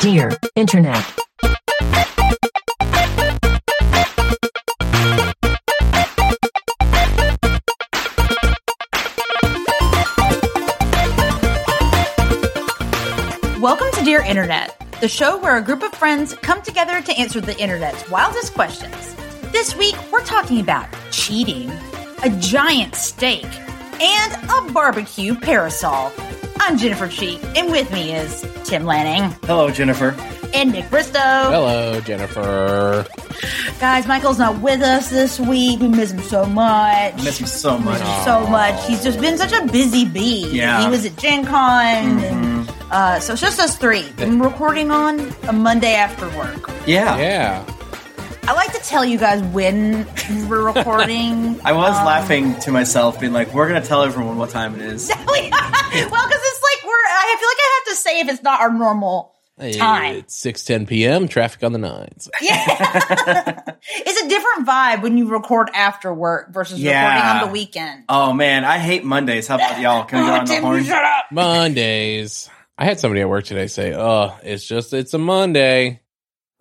Dear Internet. Welcome to Dear Internet, the show where a group of friends come together to answer the internet's wildest questions. This week, we're talking about cheating, a giant steak, and a barbecue parasol. I'm Jennifer Cheek, and with me is Tim Lanning Hello, Jennifer. and Nick Bristow. Hello, Jennifer. Guys, Michael's not with us this week. We miss him so much. I miss him so much. so much. He's just been such a busy bee. Yeah. Mm-hmm. He was at Gen Con. And, uh, so it's just us three. I'm recording on a Monday after work. Yeah. Yeah. I like to tell you guys when we're recording. I was Um, laughing to myself, being like, we're going to tell everyone what time it is. well, because it's like we're. I feel like I have to say if it's not our normal. Time. It's six ten p.m. Traffic on the nines. Yeah, it's a different vibe when you record after work versus Yeah. recording on the weekend. Oh, man. I hate Mondays. How about y'all? Can we go on the Tim, horn? you shut up. Mondays. I had somebody at work today say, "Oh, it's just it's a Monday."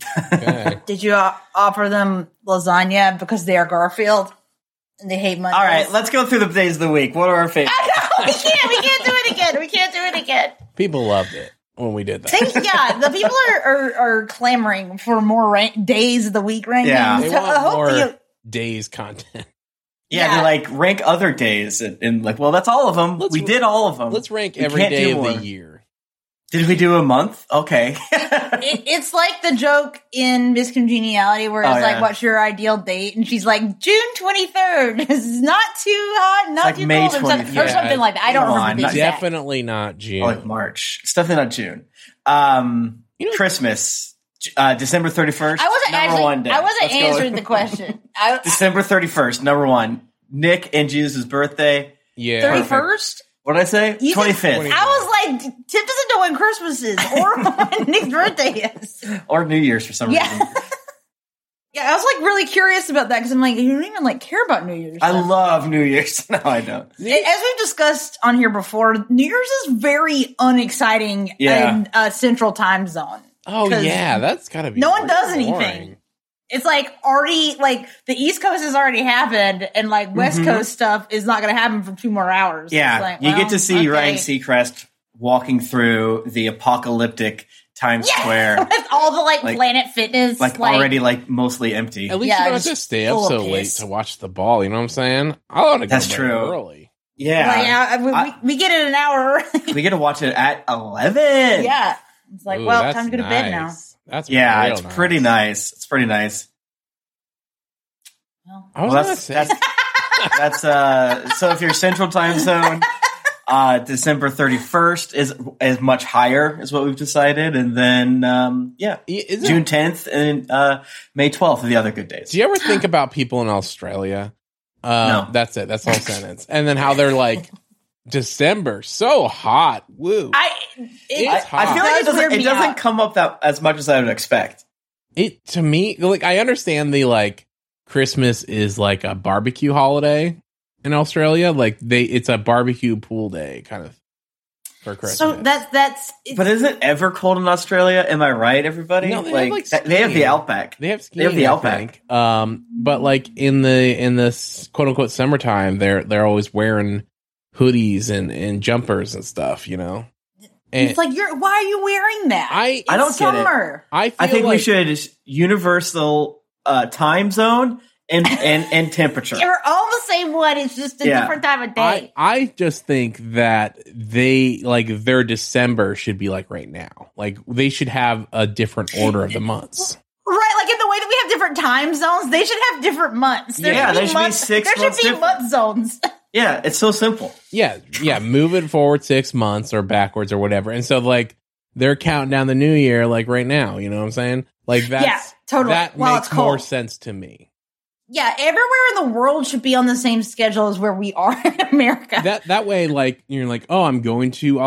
Okay. Did you uh, offer them lasagna because they are Garfield and they hate Mondays? All right, let's go through the days of the week. What are our favorites? no, we can't. We can't do it again. We can't do it again. People loved it when we did that. Thank yeah, the people are are, are clamoring for more rank, days of the week rankings. Yeah. They So I want hope you. more days content. Yeah, Yeah. they're like, rank other days. And, and like, well, that's all of them. Let's- we did all of them. Let's rank We every can't day do of the more. year. Did we do a month? Okay. It, it's like the joke in Miss Congeniality where it's Oh, like, yeah. "What's your ideal date?" and she's like, "June twenty third. This is not too hot, not like too May cold, or something, or 23rd. something like that." I don't Come remember on, the not- exact. Definitely not June. Or, like March. It's definitely not June. Um, You know- Christmas, J- uh, December 31st. I wasn't number actually. one day. I wasn't Let's go. answering the question. I December 31st, number one. Nick and Jesus' birthday. yeah. thirty first. What did I say? You Twenty Did, fifth I was like, Tim doesn't know when Christmas is or when Nick's birthday is. or New Year's for some Yeah. reason. Yeah, I was like really curious about that because I'm like, you don't even like care about New Year's. I love New Year's. No, I don't. A- As we've discussed on here before, New Year's is very unexciting Yeah. in uh, Central Time Zone. Oh 'Cause yeah, that's gotta be. no one does boring. anything. It's like already like the East Coast has already happened, and like West Mhm. Coast stuff is not going to happen for two more hours. Yeah, It's like, you well, get to see okay. Ryan Seacrest walking through the apocalyptic Times Yeah. Square, with all the like, Like- Planet Fitness, like, already like mostly empty. At least Yeah, you don't have just to stay full up of so late piss. to watch the ball. You know what I'm saying? I want to go That's to bed true. early. Like, Yeah, uh, we, I- we get it an hour. early. we get to watch it at eleven. yeah, it's like, Ooh, well, that's time to go to bed now. nice. That's yeah, real it's pretty nice. It's pretty nice. Well, I was Well, gonna that's say that's that's uh. So if you're Central Time Zone, uh, December 31st is is much higher, is what we've decided, and then um, yeah, I- is it- June 10th and uh, May 12th are the other good days. Do you ever think about people in Australia? Uh, No. that's it. That's the whole sentence. And then how they're like December, so hot. Woo. I It's it, hot. I feel like Does it doesn't, weird it me doesn't out. come up that as much as I would expect. it to me, like I understand the like Christmas is like a barbecue holiday in Australia. Like they, it's a barbecue pool day kind of for Christmas. so that's that's it's, But is it ever cold in Australia? Am I right, everybody? No, they have, like, that- they have the skiing. outback. They have They have skiing. the I Outback. think. Um, but like in the in this quote unquote summertime, they're they're always wearing hoodies and and jumpers and stuff. You know, and it's like you're why are you wearing that? I I It's don't get it. summer. I feel I think like, we should s- universal uh, time zone and and, and temperature. You're all the same one. It's just a Yeah. different time of I day. I just think that they like their December should be like right now. Like they should have a different order of the months. right, like in the way that we have different time zones, they should have different months. There Yeah, should there be should be months, six There months should be different. month zones. Yeah, it's so simple. Yeah, yeah, move it forward six months or backwards or whatever. And so like they're counting down the new year like right now. You know what I'm saying? Like that's totally. that While makes it's cold. more sense to me. yeah, everywhere in the world should be on the same schedule as where we are in America. That that way, like you're like, oh, I'm going to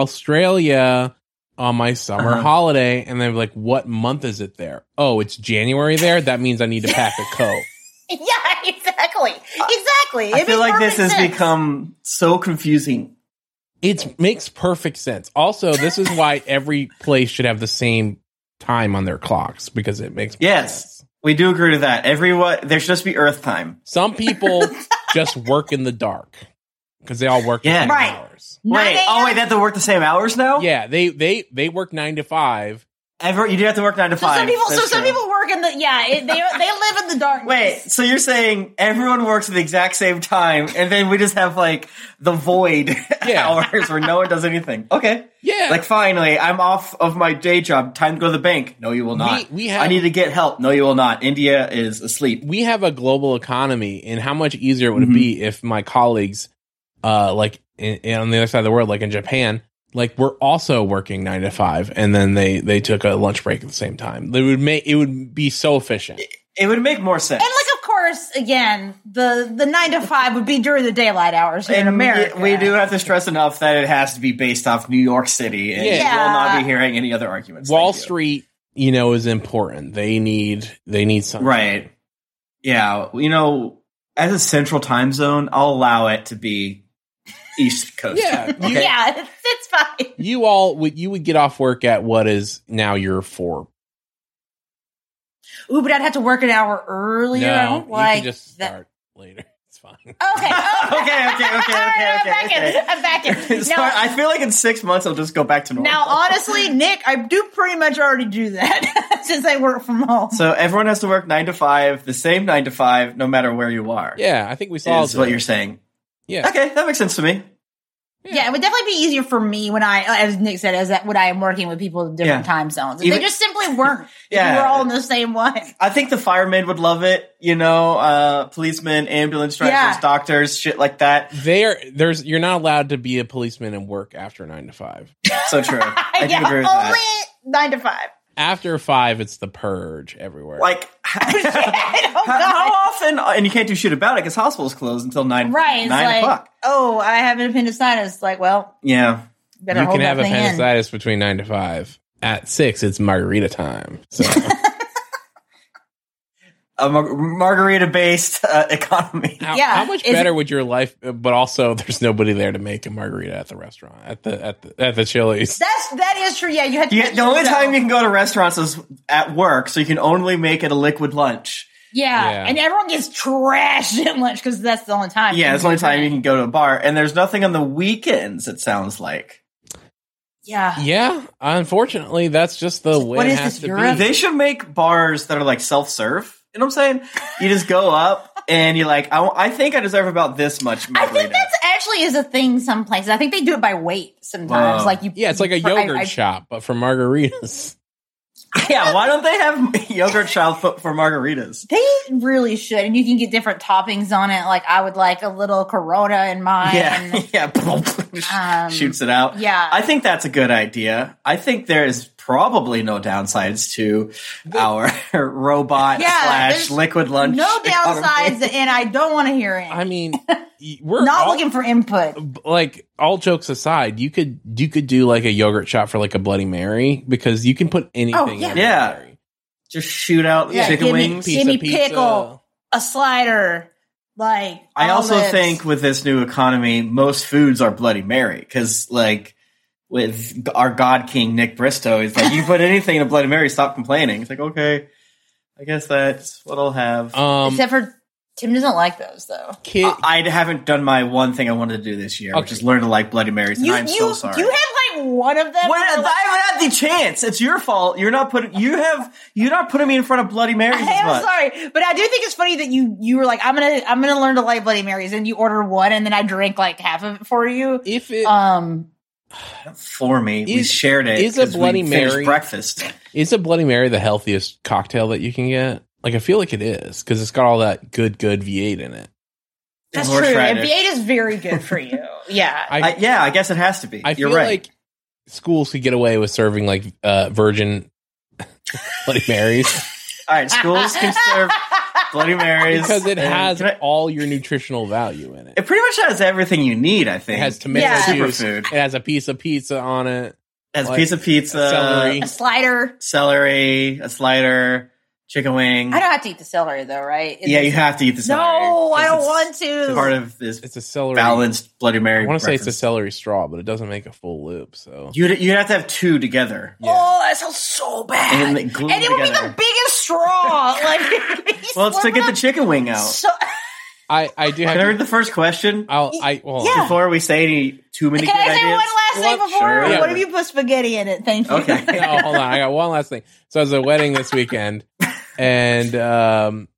Australia on my summer Uh-huh. holiday, and they're like, what month is it there? Oh, it's January there. That means I need to pack a coat. yeah, exactly, exactly. I It makes feel like this perfect has sense. become so confusing. It makes perfect sense. Also, this is why every place should have the same time on their clocks because it makes more Yes. sense. We do agree to that. Everyone, there should just be Earth time. Some people just work in the dark because they all work Yeah. yeah. Right. hours. Nine Wait, oh a.m. wait, they have to work the same hours now. Yeah, they they they work nine to five. Every, you do have to work nine to So five. some people, so That's some true. people work in the yeah. It, they they live in the darkness. Wait, so you're saying everyone works at the exact same time, and then we just have like the void Yeah. hours where no one does anything? Okay, Yeah, like finally, I'm off of my day job. Time to go to the bank. No, you will not. We- we have- I need to get help. No, you will not. India is asleep. we have a global economy, and how much easier it would Mm-hmm. it be if my colleagues, uh, like in, in- on the other side of the world, like in Japan, like were also working nine to five, and then they they took a lunch break at the same time. They would make it would be so efficient. It would make more sense. And like, of course, again, the the nine to five would be during the daylight hours here in And we- America. we do have to stress enough that it has to be based off New York City, and Yeah. you will not Yeah. be hearing any other arguments. Wall Thank you. Street, you know, is important. They need they need something. Right. Yeah. You know, as a central time zone, I'll allow it to be East Coast. Yeah, you- Okay. Yeah, it's, it's fine. You all would you would get off work at what is now your four. Ooh, but I'd have to work an hour earlier. I No, don't you can like just that. start later. It's fine. Okay. Okay. Okay, okay, okay, All okay, right, okay, I'm back okay. in. I'm back in. So Now, I feel like in six months I'll just go back to normal. now, honestly, Nick, I do pretty much already do that since I work from home. so everyone has to work nine to five, the same nine to five, no matter where you are. Yeah, I think we saw is what you're saying. Yeah. Okay, that makes sense to me. yeah, it would definitely be easier for me when I, as Nick said, as that when I am working with people in different Yeah. time zones. If Even- they just simply weren't. Yeah. we were all in the same one. I think the firemen would love it. You know, uh, policemen, ambulance drivers, Yeah. doctors, shit like that. There, there's you're not allowed to be a policeman and work after nine to five. So true. I yeah, do agree with only that. nine to five. After five, it's the purge everywhere. Like. oh How, how God. often? And you can't do shit about it because hospitals close until nine Right. It's nine like, o'clock. oh, I have an appendicitis. Like, well, Yeah, you better can hold that have thing in. appendicitis between nine to five. At six, it's margarita time. So a mar- margarita based uh, economy. how, Yeah, how much is- better would your life? But also, there's nobody there to make a margarita at the restaurant at the at the at the Chili's. That's that is true. Yeah, you have to. You, make the only yourself- time you can go to restaurants is at work, so you can only make it a liquid lunch. Yeah. Yeah. and everyone gets trashed at lunch because that's the only time. Yeah, it's the only do it. time you can go to a bar, and there's nothing on the weekends. It sounds like Yeah, Yeah, unfortunately, that's just the way What it is has this, to Europe? be. they should make bars that are like self serve. You know what I'm saying? You just go up and you're like, I, w- I think I deserve about this much I margarita. think that's actually is a thing. Some places, I think they do it by weight sometimes. Wow. Like you, Yeah, it's like a for- I- yogurt I- shop, but for margaritas. yeah, why don't they have yogurt child for, for margaritas? They really should, and you can get different toppings on it. Like I would like a little Corona in mine. Yeah, yeah, Um, shoots it out. yeah. I think that's a good idea. I think there is probably no downsides to our robot Yeah, slash there's liquid lunch. no economy. downsides, and I don't want to hear it. I I'm mean, y- we're not all- looking for input. like all jokes aside, you could you could do like a yogurt shot for like a Bloody Mary because you can put anything. Oh, yeah. in a Bloody Yeah. Mary. Just shoot out Yeah, chicken give me- wings. Give me pickle. A slider, like I also olives. think with this new economy, most foods are Bloody Mary because, like, with our God King Nick Bristow, he's like, "You put anything in a Bloody Mary, stop complaining." It's like, okay, I guess that's what I'll have. Um, except uh, for Tim doesn't like those though. kid, I I haven't done my one thing I wanted to do this year, which Okay. is learn to like Bloody Marys, and You I'm you so sorry. you had like one of them. When I and you're like, haven't had the chance. It's your fault. You're not putting. You have. You're not putting me in front of Bloody Marys. I as am much. sorry, but I do think it's funny that you you were like, I'm gonna I'm gonna learn to like Bloody Marys, and you order one, and then I drink like half of it for you. if it Um, For me, we Is- shared it. is a 'cause we Bloody finished Mary- breakfast? is a Bloody Mary the healthiest cocktail that you can get? Like I feel like it is because it's got all that good good V8 in it. that's Horse true. And radish. V8 is very good for you. Yeah, I I, yeah, I guess it has to be. I You're feel right. like schools could get away with serving like uh, virgin Bloody Marys All right, schools can serve Bloody Marys because it and- has Can I- all your nutritional value in it. it pretty much has everything you need. I think It has tomato Yeah. juice. Superfood. It has a piece of pizza on it. It has like piece of pizza, celery. a slider. celery, a slider, chicken wing. I don't have to eat the celery though, right? Is Mm. yeah, it- you have to eat the celery. No, I don't It's- want to. It's part of this It's a celery. balanced Bloody Mary. I want to say it's a reference. celery straw, but it doesn't make a full loop. So You'd, you'd have to have two together. Yeah. Oh, that sounds so bad. And And, they glue it would be together. the biggest straw. Like, Well, it's to get the chicken wing out. So, I I do Can I read have. To, the first question I'll I well. Yeah. before we say any too many can I good say ideas? one last thing Well, before? sure. What if you put spaghetti in it? Thank you. Okay. no, hold on. I got one last thing. So I was at a wedding this weekend, and um,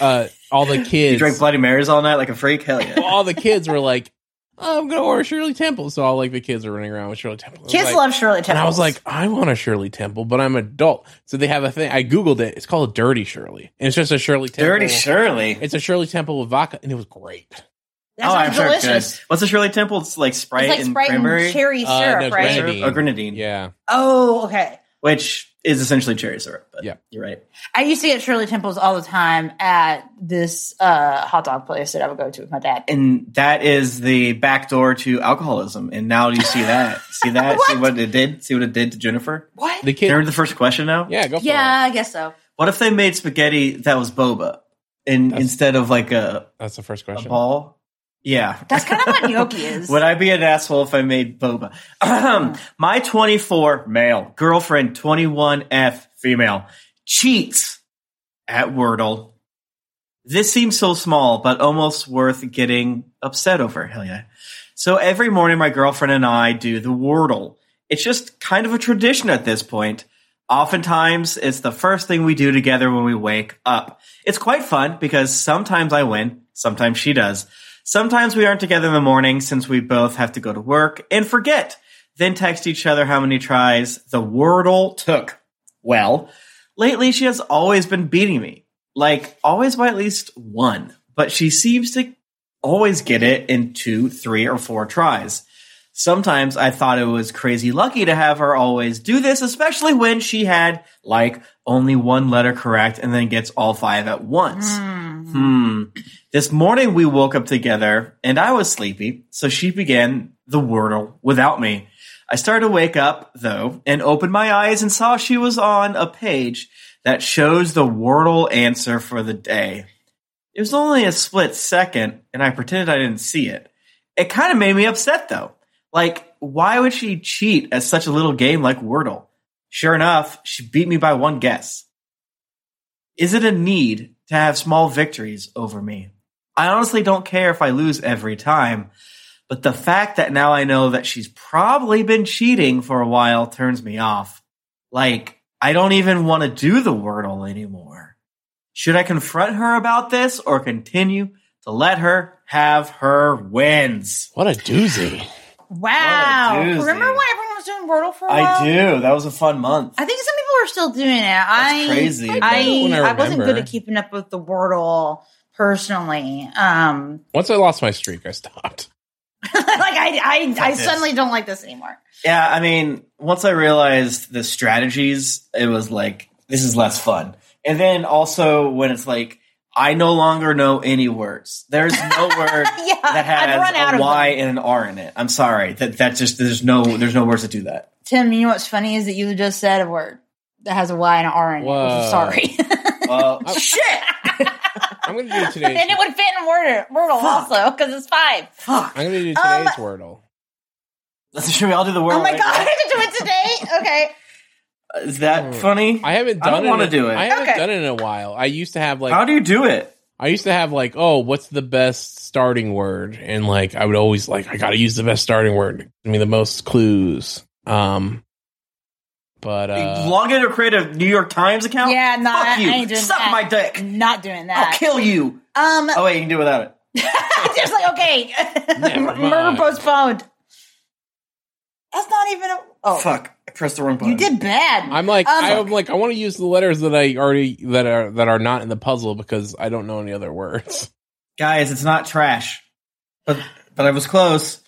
uh, all the You kids, drink Bloody Marys all night like a freak? Hell well, yeah. all the kids were like, oh, "I'm gonna order Shirley Temple." So all like the kids are running around with Shirley Temple. It was Kids like- love Shirley Temple. And I was like, I want a Shirley Temple, but I'm adult. So they have a thing. I googled it. It's called a Dirty Shirley, and it's just a Shirley Temple. Dirty Shirley. Oh, It's a Shirley Temple with vodka, and it was great. that oh, sounds sure it's delicious. good. What's the Shirley Temple? It's like Sprite, It's like and Sprite and cranberry. cherry Uh, syrup, no, right? Syrup? Grenadine. Oh, grenadine. Yeah, Oh, okay. Which is essentially cherry syrup. But Yeah. You're right. I used to get Shirley Temples all the time at this uh, hot dog place that I would go to with my dad. And that is the back door to alcoholism. And now do you see that? see that? See What? what it did? See what it did to Jennifer? What? the Can I kids. read the first question now? Yeah, go for yeah, it. I guess so. What if they made spaghetti that was boba? And That's- instead of like a, That's the first a question. ball? Yeah. That's kind of what gnocchi is. Would I be an asshole if I made boba? Ahem. My 24 male girlfriend, 21F female, cheats at Wordle. This seems so small, but almost worth getting upset over. Hell yeah. So every morning, my girlfriend and I do the Wordle. It's just kind of a tradition at this point. Oftentimes, it's the first thing we do together when we wake up. It's quite fun because sometimes I win, sometimes she does. Sometimes we aren't together in the morning since we both have to go to work and forget, then text each other how many tries the Wordle took. Well, lately she has always been beating me, like always by at least one, but she seems to always get it in two, three, or four tries. Sometimes I thought it was crazy lucky to have her always do this, especially when she had like only one letter correct and then gets all five at once. Hmm. This morning we woke up together and I was sleepy, so she began the Wordle without me. I started to wake up though and opened my eyes and saw she was on a page that shows the Wordle answer for the day. It was only a split second, and I pretended I didn't see it. It kind of made me upset, though. Like, why would she cheat at such a little game like Wordle? Sure enough, she beat me by one guess. Is it a need to have small victories over me? I honestly don't care if I lose every time, but the fact that now I know that she's probably been cheating for a while turns me off. Like, I don't even want to do the Wordle anymore. Should I confront her about this or continue to let her have her wins? What a doozy. Wow. What a doozy. Remember when everyone was doing Wordle for a while? I do. That was a fun month. I think some people are still doing it. I crazy. I, I don't I, wasn't remember. good at keeping up with the Wordle personally. Um, Once I lost my streak, I stopped. like I, I, I Fuck this. suddenly don't like this anymore. Yeah, I mean, once I realized the strategies, it was like this is less fun. And then also when it's like I no longer know any words. There's no word Yeah, that I've run out has a of Y them. and an R in it. I'm sorry. That that just there's no there's no words that do that. Tim, you know what's funny is that you just said a word that has a Y and an R in it. which is Whoa. Sorry. Well, Shit. I'm gonna do and today's. it would fit in Wordle, Wordle Fuck. also because it's five. fuck. I'm gonna do today's Um, Wordle. Let's should we all do the word? oh my right god, I have to do it today. Okay. now? Is that funny? Hmm. I haven't I done. don't wanna it, in- do it. I haven't Okay. done it in a while. I used to have like How do you do it? I used to have like oh what's the best starting word and like I would always like I gotta use the best starting word. I mean the most clues. Um, but uh, Log in or create a New York Times account? Yeah, no, Fuck I- I you. ain't doing Suck that. my dick. Not doing I'll that. kill you. Um, Oh wait, you can do it without it. just like okay, Never murder mind. postponed. That's not even. A, oh, Fuck. I pressed the wrong button. you did bad. I'm like Um, I'm like I want to use the letters that I already that are that are not in the puzzle because I don't know any other words. guys, it's not trash. But but I was close.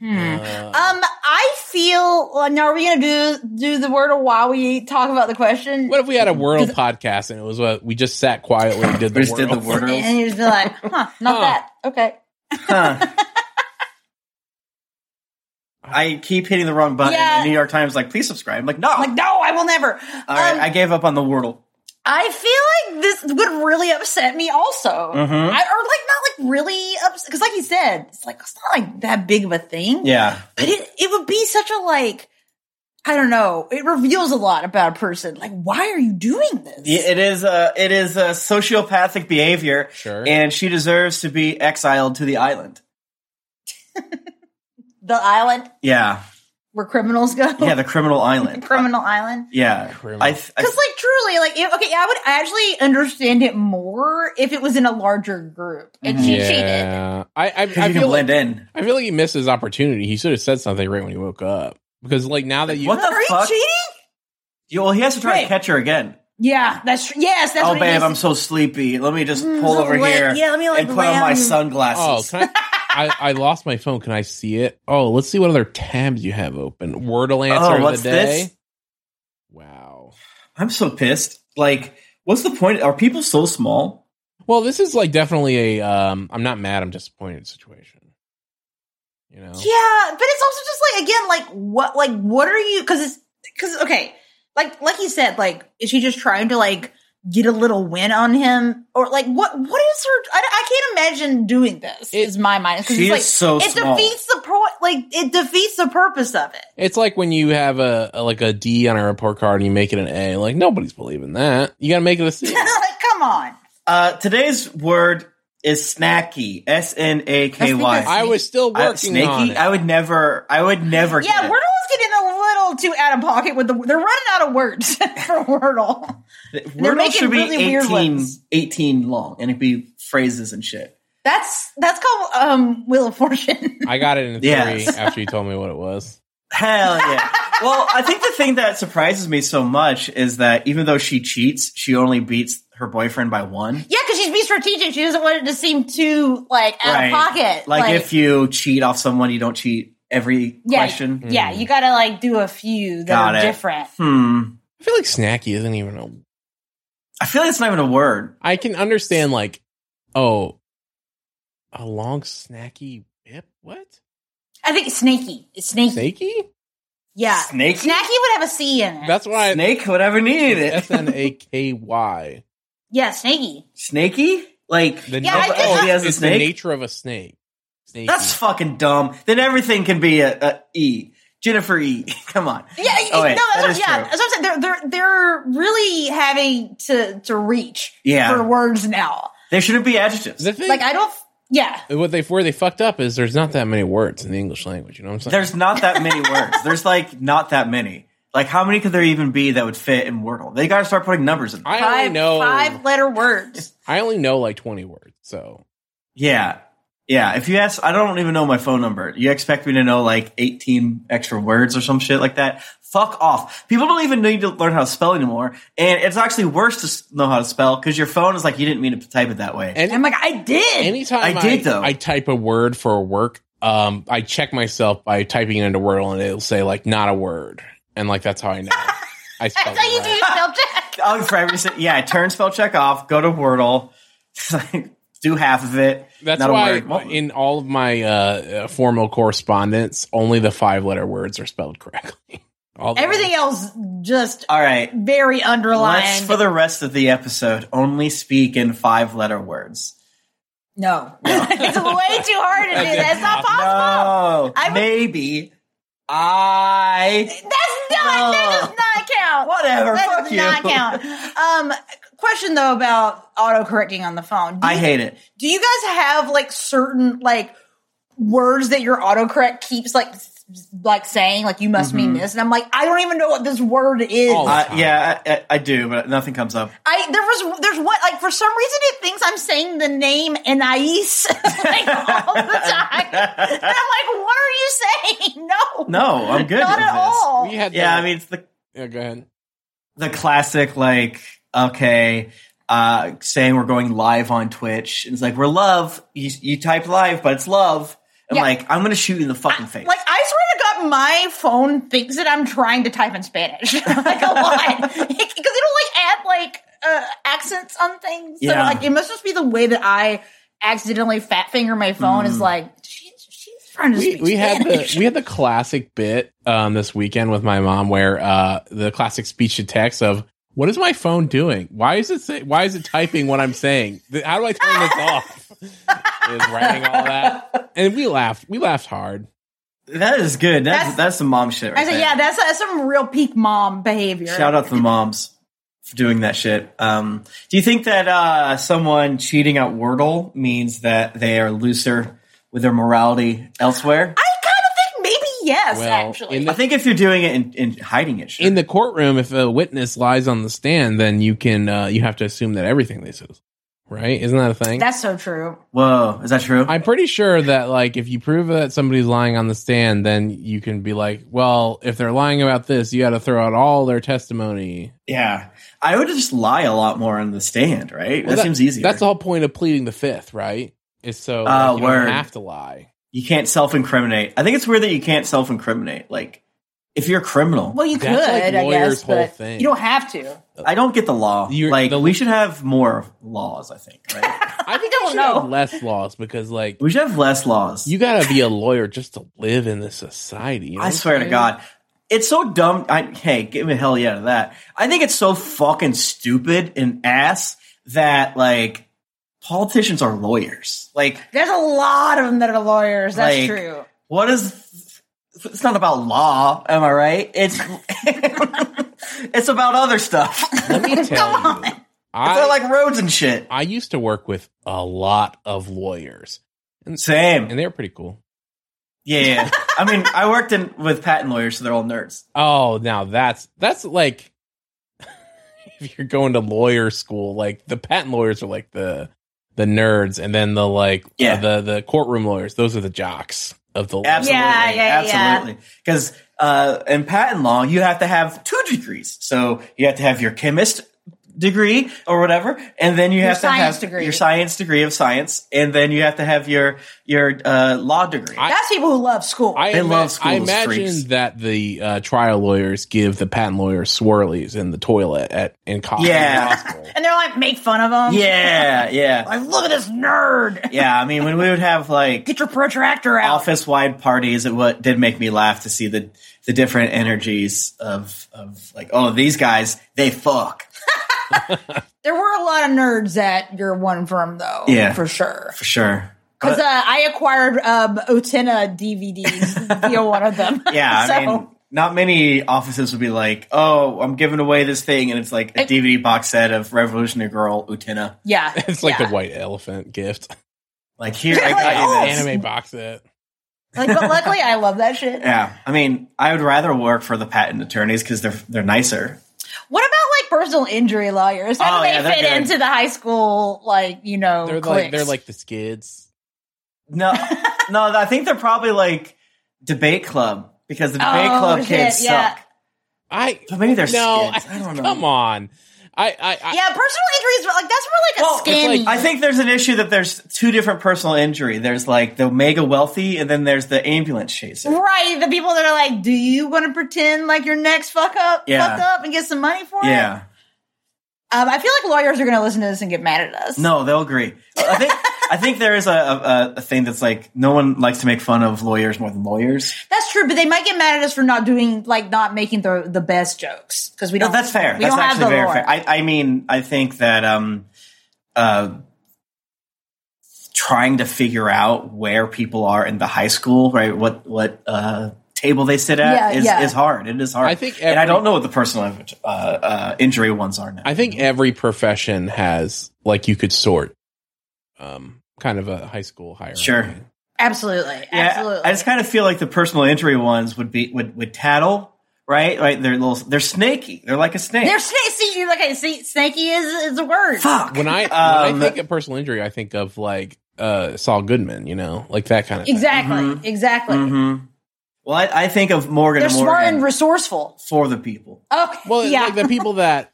Hmm. Uh, Um, I feel. Well, now are we gonna do do the word of while we talk about the question? what if we had a Wordle podcast and it was what we just sat quietly and did the We just did the Wordle? Wordle. and you just be like, huh, not Huh. that. Okay. Huh. I keep hitting the wrong button. Yeah. And the New York Times is like, please subscribe. I'm like, no. I'm like, no, I will never. All right, um, I gave up on the Wordle. I feel like this would really upset me also. Mhm. I, or like not like really upset because like he said, it's like it's not like that big of a thing. Yeah. But it, it would be such a like I don't know, it reveals a lot about a person. Like, why are you doing this? Yeah, It is a it is a sociopathic behavior, Sure. and she deserves to be exiled to the island. the island Yeah, where criminals go. yeah, the criminal the island. criminal island. Yeah, Criminal. I, th- I Because, like, truly, like, if, okay, I would actually understand it more if it was in a larger group and she cheated. yeah. I I, I because you can feel like, blend in. I feel like he missed his opportunity. He should have said something right when he woke up because like now that you What the Are you fuck? cheating? You, well, he has to try Wait. and catch her again. Yeah, that's tr- yes, that's oh, what it babe, is. I'm so sleepy. Let me just pull let- over let- here Mm, yeah, let me, like, and put lay on on my you. oh sunglasses. can I, I I lost my phone. Can I see it? Oh, let's see what other tabs you have open. Wordle answer of Oh, what's the day. this? Wow. I'm so pissed. Like, what's the point? Are people so small? Well, this is like definitely a um I'm not mad, I'm disappointed situation. You Oh. know. Yeah, but it's also just like again, like what, like what are you? Because it's because okay, like like you said, like is she just trying to like get a little win on him, or like what what is her? I, I can't imagine doing this. It- Is my mind because She it's is like so it small. defeats the point, like it defeats the purpose of it. It's like when you have a, a- like a D on a report card and you make it an A. Like nobody's believing that. You got to make it a C. like, come on. Uh, today's word is snacky. S N A K I think Y. I was still I- working on Uh, Snaky? it. I would never. I would never. Yeah, get it. Wordle is getting a little too out of pocket with the. They're running out of words for Wordle. They're Wordle making should be really weird 18, ones. 18 long, and it'd be phrases and shit. That's that's called um Wheel of Fortune. I got it in three Yes. after you told me what it was. Hell yeah. well, I think the thing that surprises me so much is that even though she cheats, she only beats her boyfriend by one. yeah, because she's being strategic. She doesn't want it to seem too like out Right. of pocket. Like, if you cheat off someone, you don't cheat every yeah, question. yeah, you gotta like do a few that Hmm. Got are it. different. Hmm. I feel like snacky isn't even a. I feel like it's not even a word. I can understand like, oh, a long snacky bip. What I think snaky. It's snaky. snaky? Yeah, Snaky? Snacky would have a C in it. That's why I Snake, whatever needed it. S N A K Y. yeah, snaky. Snaky? Like, The E. Yeah, I nat- think oh, I- He has a it's the snake? nature of a snake. Snaky. that's fucking dumb. Then everything can be a, a E. Jennifer E. Come on. Yeah, Oh, no, wait, that's that what, is yeah, true. that's what I'm saying. They're they're they're really having to to reach Yeah. for words now. There shouldn't be adjectives. the thing. Like I don't. Yeah, what they where they fucked up is there's not that many words in the English language. You know what I'm saying? There's not that many words. There's like not that many. Like how many could there even be that would fit in Wordle? They gotta start putting numbers in. I five only know five letter words. I only know like 20 words. So yeah. Yeah. If you ask I don't even know my phone number. You expect me to know like eighteen extra words or some shit like that? Fuck off. People don't even need to learn how to spell anymore. And it's actually worse to s- know how to spell because your phone is like you didn't mean to type it that way. and I'm like I did. anytime I did, though. I type a word for work, um, I check myself by typing it into Wordle and it'll say like not a word. And like that's how I know. I spelled that's how you it do right. your spell check. oh, for every si- yeah, turn spell check off, go to Wordle, do half of it. That's Not a why word. Well, in all of my uh, uh, formal correspondence, only the five letter words are spelled correctly. All the- Everything else just all right. very underlined. Let's for the rest of the episode only speak in five letter words. no, it's way too hard to do that. It's not possible. No, I would- maybe I. That's not. That does not count. Whatever, That fuck does you. not count. Um, question though about auto correcting on the phone. Do I you, hate it. Do you guys have like certain like words that your autocorrect keeps like s- like saying like you must mean Mm-hmm. this? And I'm like, I don't even know what this word is. Oh, Uh, yeah, I, I, I do, but nothing comes up. I there was there's what like for some reason it thinks I'm saying the name Anais like all the time. and I'm like, what are you saying? No. No, I'm good. Not with at this. all. We had Yeah, that- I mean it's the yeah, go ahead. the classic like okay. Uh, saying we're going live on Twitch. It's like, we're love. You, you type live, but it's love. And Yeah. like, I'm going to shoot you in the fucking face. Like I swear to God, my phone thinks that I'm trying to type in Spanish like a lot because it, will like add like uh, accents on things. So Yeah. like it must just be the way that I accidentally fat finger my phone is like she, she's trying to Mm. we, speak we had the Spanish. we had the classic bit um, this weekend with my mom where uh, the classic speech to text of What is my phone doing? Why is it say, why is it typing what I'm saying? Th- How do I turn this off? Is writing all that, and we laughed. We laughed hard. That is good. That's that's, That's- some mom shit. Right I said, there. yeah, that's, that's some real peak mom behavior. Shout out to the moms for doing that shit. Um, do you think that uh, someone cheating at Wordle means that they are looser with their morality elsewhere? I kind of think maybe yes, Well, actually. in I think if you're doing it and, and hiding it, sure. In the courtroom, if a witness lies on the stand, then you can uh, you have to assume that everything they say, is right? Isn't that a thing? that's so true. Whoa, is that true? I'm pretty sure that like if you prove that somebody's lying on the stand, then you can be like, well, if they're lying about this, you got to throw out all their testimony. yeah, I would just lie a lot more on the stand, right? Well, that, seems easier. That's the whole point of pleading the fifth, right? Is so like, Ah, you word. don't have to lie. You can't self-incriminate. I think it's weird that you can't self-incriminate. Like, if you're a criminal, Well, you That's, could, like, I lawyer's guess, whole but thing. you don't have to. I don't get the law. You're- like, the- we should have more laws. I think, right? I think don't we should have know. less laws because like we should have less laws. you got to be a lawyer just to live in this society. you know I what I'm swear to saying? God. It's so dumb. I, hey, give me hell yeah to that. I think it's so fucking stupid and ass that like politicians are lawyers. Like, There's a lot of them that are lawyers. That's Like, true. what is? It's not about law, am I right? It's it's about other stuff. Let me tell Come you, on. I They're like roads and shit. I used to work with a lot of lawyers, Same. and they were pretty cool. Yeah. yeah. I mean, I worked in with patent lawyers, so they're all nerds. Oh, now that's that's like if you're going to lawyer school, like the patent lawyers are like the the nerds, and then the like Yeah. the the courtroom lawyers, those are the jocks of the law. Absolutely. Yeah, yeah, yeah. absolutely. Because uh, in patent law, you have to have two degrees. So you have to have your chemist degree or whatever, and then you Your have to science have degree. your science degree of science, and then you have to have your your uh, law degree. I- That's people who love school. I, They ima- love school I as imagine freaks. that the uh, trial lawyers give the patent lawyers swirlies in the toilet at in college. Yeah. and they're like, make fun of them. yeah, yeah, Like, look at this nerd. yeah. I mean, when we would have like Get your protractor out. office wide parties, it what did make me laugh to see the the different energies of of like, oh, these guys they fuck There were a lot of nerds at your one firm, though. Yeah. For sure. for sure. Because uh, I acquired um, Otena DVDs via one of them. Yeah, I So- mean, not many offices would be like, "Oh, I'm giving away this thing," and it's like a It- DVD box set of Revolutionary Girl Utina. yeah. It's like yeah. the white elephant gift, Like here, I Really? Oh. got you this. anime box set. Like, but luckily, I love that shit. Yeah, I mean, I would rather work for the patent attorneys because they're they're nicer. What about like personal injury lawyers? How Oh, do they yeah, they're fit good. into the high school, like you know, They're like cliques? they're like the skids. No, no, I think they're probably like debate club because the debate Oh, club shit, kids yeah. suck. I But maybe they're no. skids. I don't know. Come on, I I, I yeah, personal injuries. Like that's more like a Well, it's scammy. like- I think there's an issue that there's two different personal injury. There's like the mega wealthy, and then there's the ambulance chaser. right, the people that are like, "Do you want to pretend like your next fuck up, Yeah. fucked up, and get some money for it?" Yeah. Um, I feel like lawyers are going to listen to this and get mad at us. No, they'll agree. I think I think there is a, a, a thing that's like no one likes to make fun of lawyers more than lawyers. that's true, but they might get mad at us for not doing, like, not making the the best jokes because we No, don't. that's fair. We That's don't have actually the very lore. fair. I, I mean, I think that um, uh, trying to figure out where people are in the high school, right? What what uh, table they sit at Yeah, is, yeah. is hard. It is hard. I think and I every- don't know what the personal inj- uh, uh, injury ones are now. I think every profession has like you could sort, um, kind of a high school hierarchy. Sure. absolutely, Yeah, absolutely. I just kind of feel like the personal injury ones would be would would tattle, right? Right? They're little. They're snaky. They're like a snake. They're snake. See, like, I see, snaky is is a word. fuck. When I Um, when I think of personal injury, I think of like uh Saul Goodman, you know, like that kind of thing. Exactly. Mhm. Exactly. Mhm. Well, I, I think of Morgan They're and smart Morgan and resourceful. for the people. Okay. Well, yeah. like the people that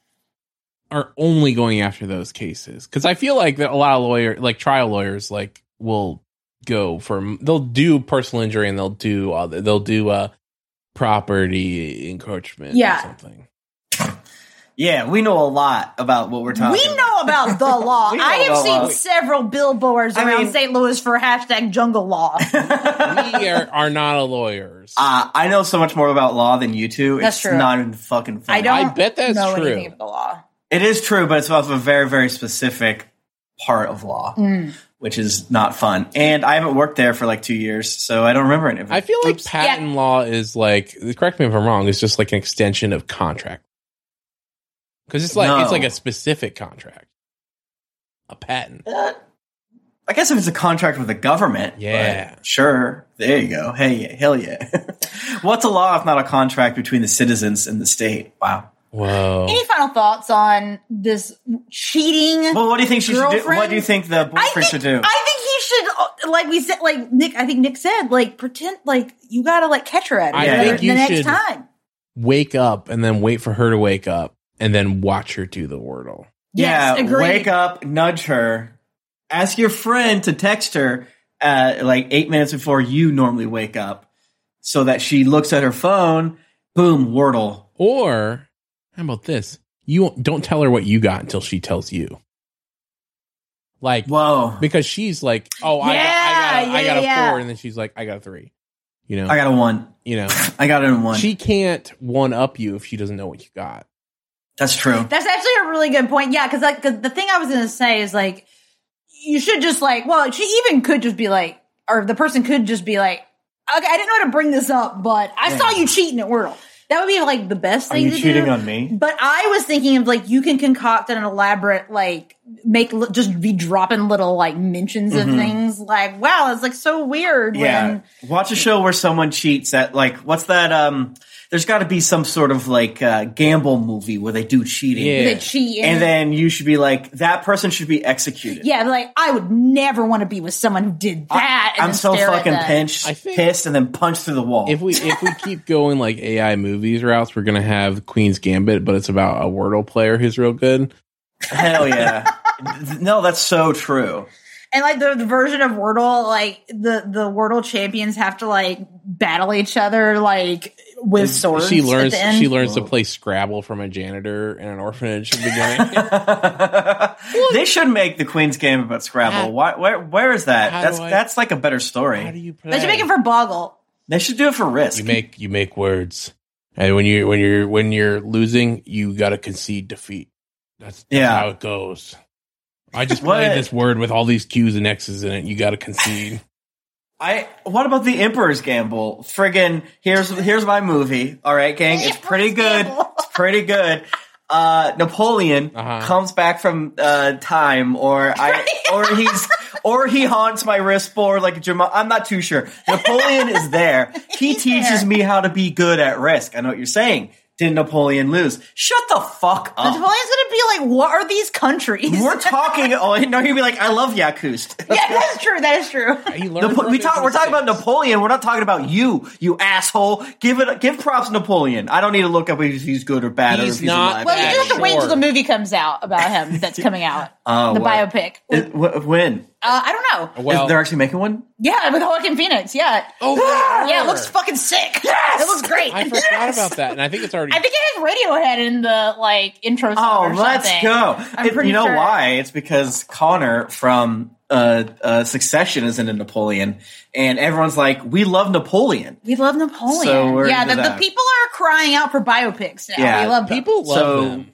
are only going after those cases, because I feel like that a lot of lawyer, like trial lawyers, like will go for they'll do personal injury and they'll do other they'll do uh property encroachment, Yeah. or something. Yeah, we know a lot about what we're talking. we about. know about the law. We know I have about seen law. several billboards I around mean- St. Louis for hashtag jungle law. we are, are not a lawyers. Uh, I know so much more about law than you two. That's it's true. Not even fucking. Funny. I don't I bet that's know true. anything about the law. It is true, but it's off a very, very specific part of law, Mm. which is not fun. And I haven't worked there for like two years, so I don't remember any of it. I feel like Oops. patent law is like. Correct me if I'm wrong. It's just like an extension of contract. Because it's like it's No. like a specific contract, a patent. Uh, I guess if it's a contract with the government, Yeah. but sure. There you go. Hey, yeah, hell yeah. What's a law if not a contract between the citizens and the state? Wow. Whoa. Any final thoughts on this cheating? Well, what do you think she should do? Girlfriend? What do you think the boyfriend I think, should do? I think he should, uh, like we said, like Nick. I think Nick said, like pretend, like you gotta like catch her at it I or think whatever you the should- next time. wake up and then wait for her to wake up and then watch her do the wordle. Yes, yeah, agreed. wake up, nudge her, ask your friend to text her uh, like eight minutes before you normally wake up, so that she looks at her phone. Boom, Wordle. Or how about this? You don't tell her what you got until she tells you. Like Whoa, because she's like, "Oh, I got I got a, Yeah, I got a yeah, yeah. 4." And then she's like, "I got a 3." You know. I got a one. you know. I got it in one. She can't one up you if she doesn't know what you got. That's true. That's actually a really good point. Yeah, because like 'cause the thing I was gonna say is like you should just like well she even could just be like or the person could just be like okay I didn't know how to bring this up but I saw you cheating at Wordle. That would be like the best Are thing you to cheating do. on me? But I was thinking of like you can concoct an elaborate like make li- just be dropping little like mentions of things like wow it's like so weird Mm-hmm. Yeah. when Watch a show where someone cheats at like what's that? Um, there's got to be some sort of like uh, gamble movie where they do cheating. Yeah. they cheat And then you should be like, that person should be executed. yeah like I would never want to be with someone who did that. and I'm then so stare at fucking that. pinched, I think- pissed, and then punched through the wall. If we if we keep going like AI movies routes, we're gonna have Queen's Gambit, but it's about a Wordle player who's real good. Hell yeah. Th- no, that's so true. And like the, the version of Wordle, like the the Wordle champions have to like battle each other like with swords. She at learns. the end. She learns to Whoa. play Scrabble from a janitor in an orphanage. At the beginning. they should make the Queen's game about Scrabble. Why, where, where is that? How That's do I- that's like a better How do story. you play? They should make it for Boggle. They should do it for Risk. you make you make words, and when you when you're when you're losing, you got to concede defeat. That's, that's Yeah. how it goes. I just What? played this word with all these Q's and X's in it. You got to concede. I what about the Emperor's Gamble? Friggin' here's here's my movie. All right, gang, it's pretty good. Gamble. It's pretty good. Uh, Napoleon Uh-huh. comes back from uh, time, or I, or he's, or he haunts my wrist for like Jamal. I'm not too sure. Napoleon is there. He He's teaches there. me how to be good at risk. I know what you're saying. Did Napoleon lose? Shut the fuck The up. Napoleon's gonna be like, what are these countries? We're talking. Oh, no, he'd be like, I love Yakust. yeah, that's true. That is true. He learned Napo- from we his talk. We're talking about mistakes. Napoleon. We're not talking about you, you asshole. Give it. Give props, to Napoleon. I don't need to look up if he's good or bad or He's if he's not alive. Well, you just have to Yeah, wait until sure. the movie comes out about him that's coming out. Oh, the what? biopic. Uh, It- wh- when I don't know. Well, Is- they're actually making one? Yeah, with Joaquin Phoenix. Yeah. oh, they Yeah, it are. looks fucking sick. Yes! It looks great. I forgot about that, and I think it's already. I think it has Radiohead in the like intro song. Oh, or let's something. go! It- pretty you know sure. why? It's because Connor from uh, uh, Succession is in a Napoleon, and everyone's like, "We love Napoleon." We love Napoleon. So we're yeah, into the, the that. people are crying out for biopics now. Yeah, we love them. people love So- them.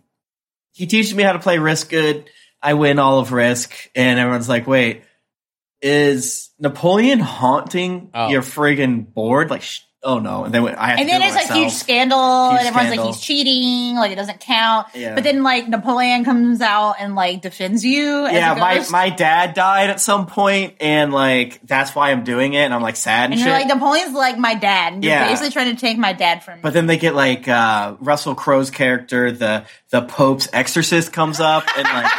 He teaches me how to play Risk good. I win all of Risk, and everyone's like, "Wait, is Napoleon haunting Oh. your friggin' board?" Like, sh- oh no! And then I have And to then do it it's like myself. huge scandal, Huge and everyone's scandal. like he's cheating, like it doesn't count. Yeah. But then like Napoleon comes out and like defends you. as yeah, a my, ghost. my dad died at some point, and like that's why I'm doing it, and I'm like sad and, and shit. you're like Napoleon's like my dad. And you're Yeah. basically trying to take my dad from me. but then they get like uh, Russell Crowe's character, the the Pope's exorcist, comes up, and like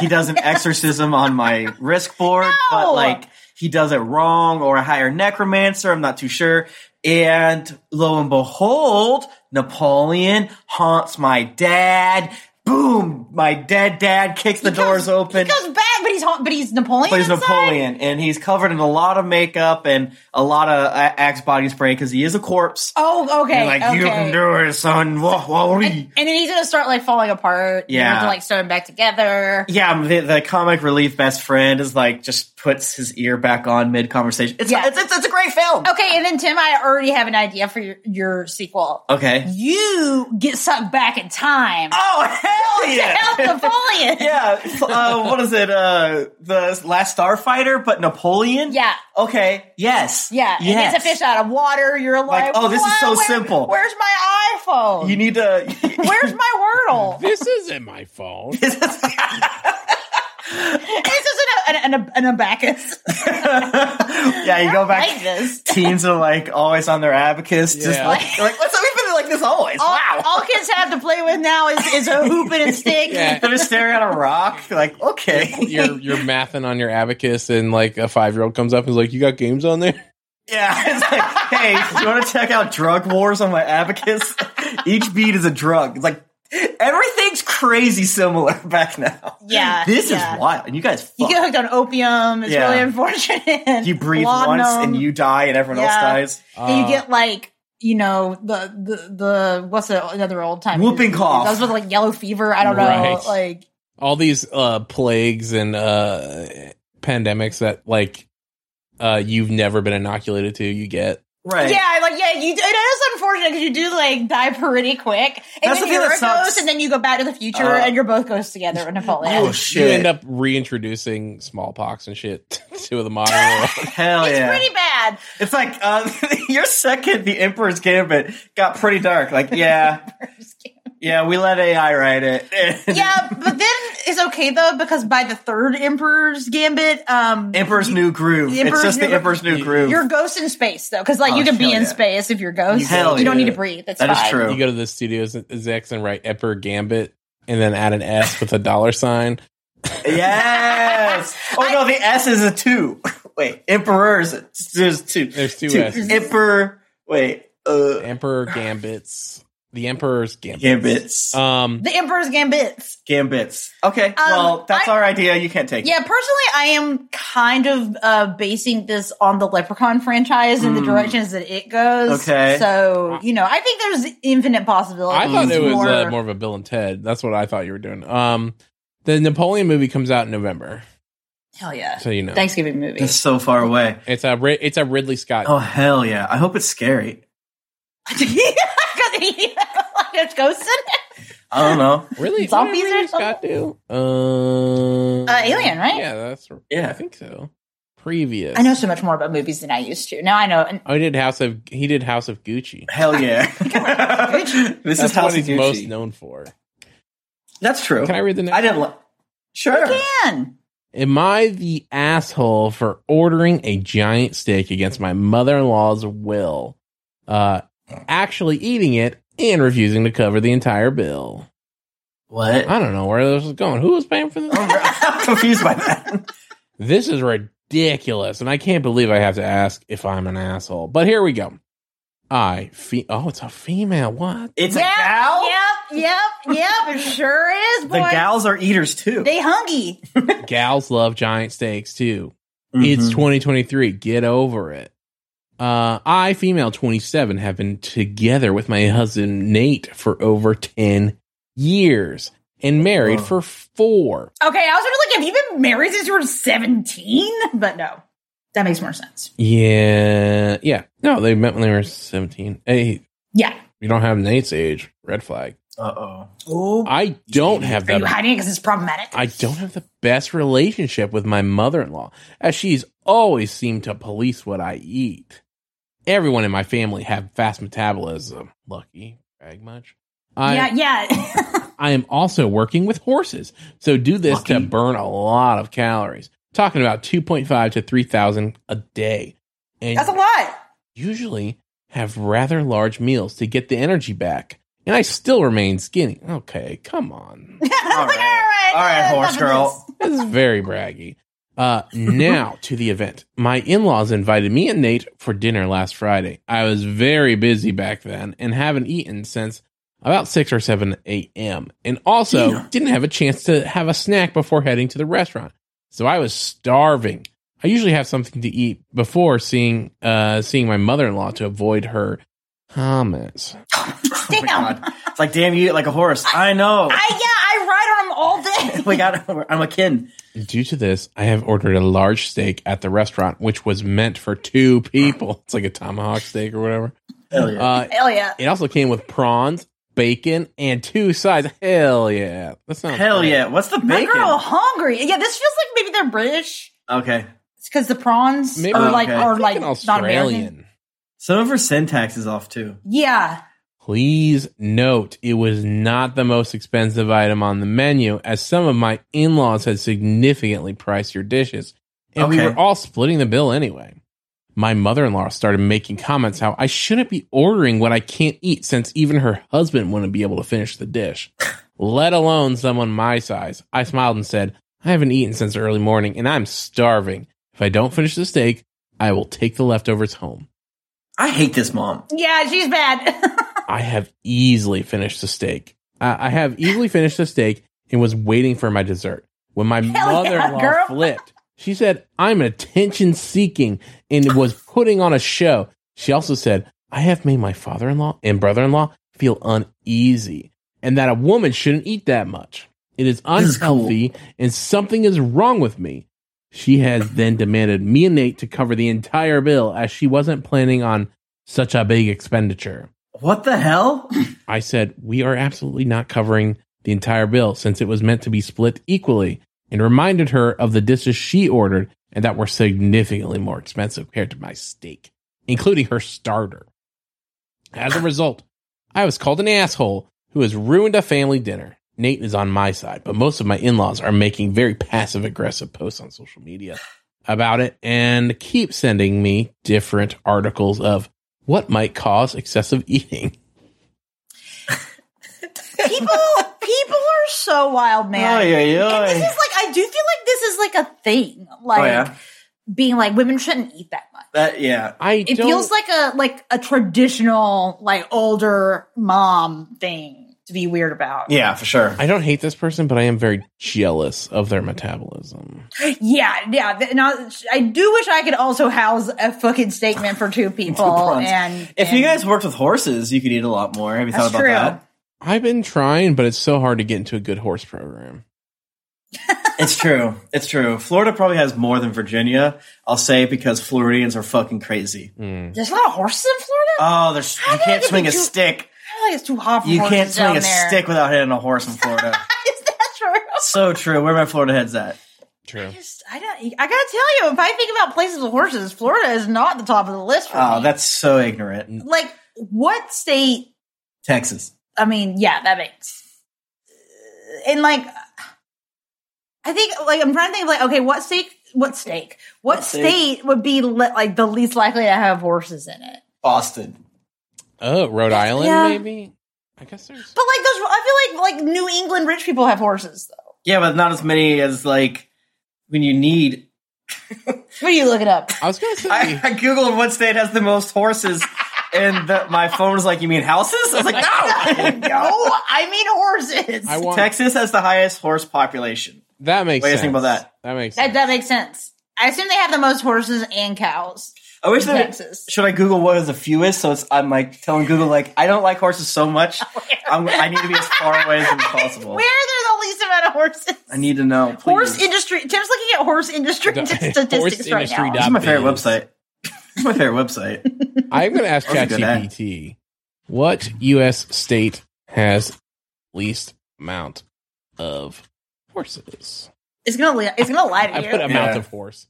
he does an exorcism on my risk board, No! but like he does it wrong or a higher necromancer. I'm not too sure. And lo and behold, Napoleon haunts my dad. Boom! My dead dad kicks the doors open. He goes back, but he's ha- but he's Napoleon. plays inside? Napoleon, and he's covered in a lot of makeup and a lot of uh, axe body spray because he is a corpse. Oh, okay. And, like okay. you can do it, son. Wah, wah, wee. and, and then he's gonna start like falling apart. You Yeah. have to like sew him back together. um, yeah, the, the comic relief best friend is like just puts his ear back on mid conversation. It's, Yeah. it's, it's it's a great film. Okay, and then Tim, I already have an idea for your, your sequel. Okay. You get sucked back in time Oh hell to help yeah! Napoleon. yeah. Uh, what is it? Uh, the Last Starfighter, but Napoleon. Yeah. Okay. Yes. Yeah, and Yes. it's a fish out of water. You're like, Like, oh, this is "Wow, so where- simple." Where's my iPhone? You need to. Where's my Wordle? This isn't my phone. this isn't a, an, an, an abacus. yeah, you go back. Like this. Teens are like always on their abacus, just Yeah. like, like what's up? We've been like this always. All, wow. all kids have to play with now is, is a hoop and a stick. Yeah. They're just staring at a rock. Like, okay, You're you're mathing on your abacus, and like a five year old comes up and is like, "You got games on there?" yeah. It's like, hey, do you want to check out drug wars on my abacus? Each beat is a drug. It's like everything's crazy similar back now. Yeah, this yeah. is wild, and you guys, You fuck. get hooked on opium. It's Yeah. really unfortunate. You breathe once and Laudanum. you die, and everyone Yeah. else And Uh, you get like you know the the the what's the, another old time Whooping cough. Those with like yellow fever. I don't know. Right. Like all these uh plagues and uh pandemics that like uh you've never been inoculated to you get dies. Right? yeah, like yeah. You it is unfortunate because you do like die pretty quick, and then That's the thing you're that a sucks. ghost, and then you go back to the future, Uh, and you're both ghosts together. with Napoleon. Oh, you shit. end up reintroducing smallpox and shit to the modern world Hell it's Oh, yeah. pretty bad. It's like uh, your second, The Emperor's Gambit, got pretty dark. Like, yeah, yeah, we let AI write it. yeah, but then it's okay though because by the third Emperor's Gambit, um, Emperor's New Groove. The Emperor's it's just New- the Emperor's New Groove. you're a ghost in space though because like Oh, you can be hell in yeah. space if you're a ghost. Hell you don't yeah. need to breathe. That's That is fine. true. you go to the studios Zex and write Emperor Gambit and then add an S with a dollar sign. yes. Oh no, the S is a two. Wait, Emperor's there's two. There's two S's. Emperor. Wait, uh, Emperor Gambits. The Emperor's Gambit. Gambits. Um The Emperor's Gambits. Gambits. Okay. well, that's um, I- our idea. You can't take Yeah, personally, I am kind of uh, basing this on the Leprechaun franchise and the Mm. directions that it goes. Okay. so you know, I think there's infinite I possibilities. thought it was more, uh, more of a Bill and Ted. That's what I thought you were doing. Um the Napoleon movie comes out in November, hell yeah, so you know. Thanksgiving movie. it. It's so far away. It's a Ri- it's a Ridley Scott. Oh hell yeah! I hope it's scary. 'Cause he- like, there's ghosts in it. I don't know. Really? Zombies What did or Ridley Scott do? Uh, Uh, Alien, right? Yeah, that's Yeah. yeah. I think so. Previous. I know so much more about movies than I used to. Now I know. and- Oh, he did House of he did House of Gucci. Hell yeah! this That's is how what he's most known for. That's true. Can I read the next? I didn't. Li- sure. Man, Am I the asshole for ordering a giant steak against my mother in law's will? Uh, actually eating it and refusing to cover the entire bill. What? I don't know where this is going. Who was paying for this? I'm confused by that. This is ridiculous, and I can't believe I have to ask if I'm an asshole. But here we go. I fe- oh, it's a female. What? It's yep, a gal. Yep, yep, yep. It sure is, boy. The gals are eaters too. They hungry. Gals love giant steaks too. Mm-hmm. It's 2023. Get over it. Uh, I, female 27, have been together with my husband Nate for over 10 years and married Wow. for four. Okay, I was sort of like, have you been married since you were 17? But no, that makes more sense. Yeah, yeah. No, they met when they were 17. Hey, Yeah. you don't have Nate's age. Red flag. Uh oh. Oh, I don't have are that. you hiding because it's problematic? I don't have the best relationship with my mother in law, as she's always seemed to police what I eat. Everyone in my family have fast metabolism. Lucky, brag much. I, yeah, yeah. I am also working with horses, so do this to Lucky. burn a lot of calories. Talking about 2.5 to 3,000 a day. And That's a lot. usually have rather large meals to get the energy back. And I still remain skinny. Okay, come on. I was like, all right. right. All right, uh, horse enough of girl. this. This is very braggy. Uh, now to the event. My in laws invited me and Nate for dinner last Friday. I was very busy back then and haven't eaten since about 6 or 7 a.m. And also didn't have a chance to have a snack before heading to the restaurant. So I was starving. I usually have something to eat before seeing uh, seeing my mother in law to avoid her comments. Oh my Damn. Oh God. It's like damn you eat like a horse. I know. I yeah, I ride on them all day. we got. I'm a kin. Due to this, I have ordered a large steak at the restaurant, which was meant for two people. It's like a tomahawk steak or whatever. Hell yeah. Uh, Hell yeah. it also came with prawns, bacon, and two sides. Hell yeah! That sounds Hell great. yeah. What's the My girl bacon? hungry. Yeah, this feels like maybe they're British. Okay. It's because the prawns Maybe- are like Okay. are like Fucking not American. Australian. Some of her syntax is off too. Yeah. Please note it was not the most expensive item on the menu, as some of my in laws had significantly priced your dishes, and we Okay. were all splitting the bill anyway. My mother in law started making comments how I shouldn't be ordering what I can't eat since even her husband wouldn't be able to finish the dish, let alone someone my size. I smiled and said, I haven't eaten since early morning and I'm starving. If I don't finish the steak, I will take the leftovers home. I hate this mom. Yeah, she's bad. I have easily finished the steak. I, I have easily finished the steak and was waiting for my dessert. When my Hell yeah, mother in law girl. flipped, she said, I'm attention seeking and was putting on a show. She also said, I have made my father in law and brother in law feel uneasy and that a woman shouldn't eat that much. It is This is cool. unhealthy and something is wrong with me. She has then demanded me and Nate to cover the entire bill as she wasn't planning on such a big expenditure. What the hell? I said, We are absolutely not covering the entire bill since it was meant to be split equally, and reminded her of the dishes she ordered and that were significantly more expensive compared to my steak, including her starter. As a result, I was called an asshole who has ruined a family dinner. Nate is on my side, but most of my in laws are making very passive aggressive posts on social media about it and keep sending me different articles of what might cause excessive eating. people people are so wild, man. Ay, ay, ay. And this is like I do feel like this is like a thing. Like oh yeah. being like women shouldn't eat that much. That yeah. I It don't, feels like a like a traditional like older mom thing to be weird about. Yeah, for sure. I don't hate this person, but I am very jealous of their metabolism. Yeah, yeah. Th- Now, I do wish I could also house a fucking statement for two people. prawns. and If and- you guys worked with horses, you could eat a lot more. Have you thought That's about true. that? I've been trying, but it's so hard to get into a good horse program. It's true. It's true. Florida probably has more than Virginia. I'll say because Floridians are fucking crazy. there's a lot of horses in Florida. Oh, there's How you did I can't get swing a into- stick. I feel like it's too hot for You horses can't swing down a there. stick without hitting a horse in Florida. Is that true? so true. Where are my Florida heads at? True. Just, I don't. I gotta tell you, if I think about places with horses, Florida is not the top of the list for Oh, me. that's so ignorant. like what state? Texas. I mean, yeah, that makes. And like, I think like I'm trying to think of like, okay, what state? What state? What, What state? state? would be le- like the least likely to have horses in it? Boston. Oh, Rhode Island, Yeah. maybe. I guess there's. But like those, I feel like like New England rich people have horses though. Yeah, but not as many as like when you need. What are you looking up? I was gonna say. I, I googled what state has the most horses, and the, my phone was like, "You mean houses?" I was like, "No, no, I mean horses. I want Texas has the highest horse population. that makes. What do you sense. think about that? That makes. that Sense. that makes sense. I assume they have the most horses and cows. I wish in that Texas. should I Google what is the fewest? So it's I'm like telling Google like I don't like horses so much. I'm, I need to be as far away as possible. Where are there the least amount of horses? I need to know. Please. horse industry. Tim's looking at horse industry The- statistics right horseindustry now. dot This is my favorite biz. website. This is my favorite website. I'm gonna ask That was a good ad. ChatGPT what U.S. state has least amount of horses. It's gonna li- it's gonna lie to I you. put amount Yeah. of horse.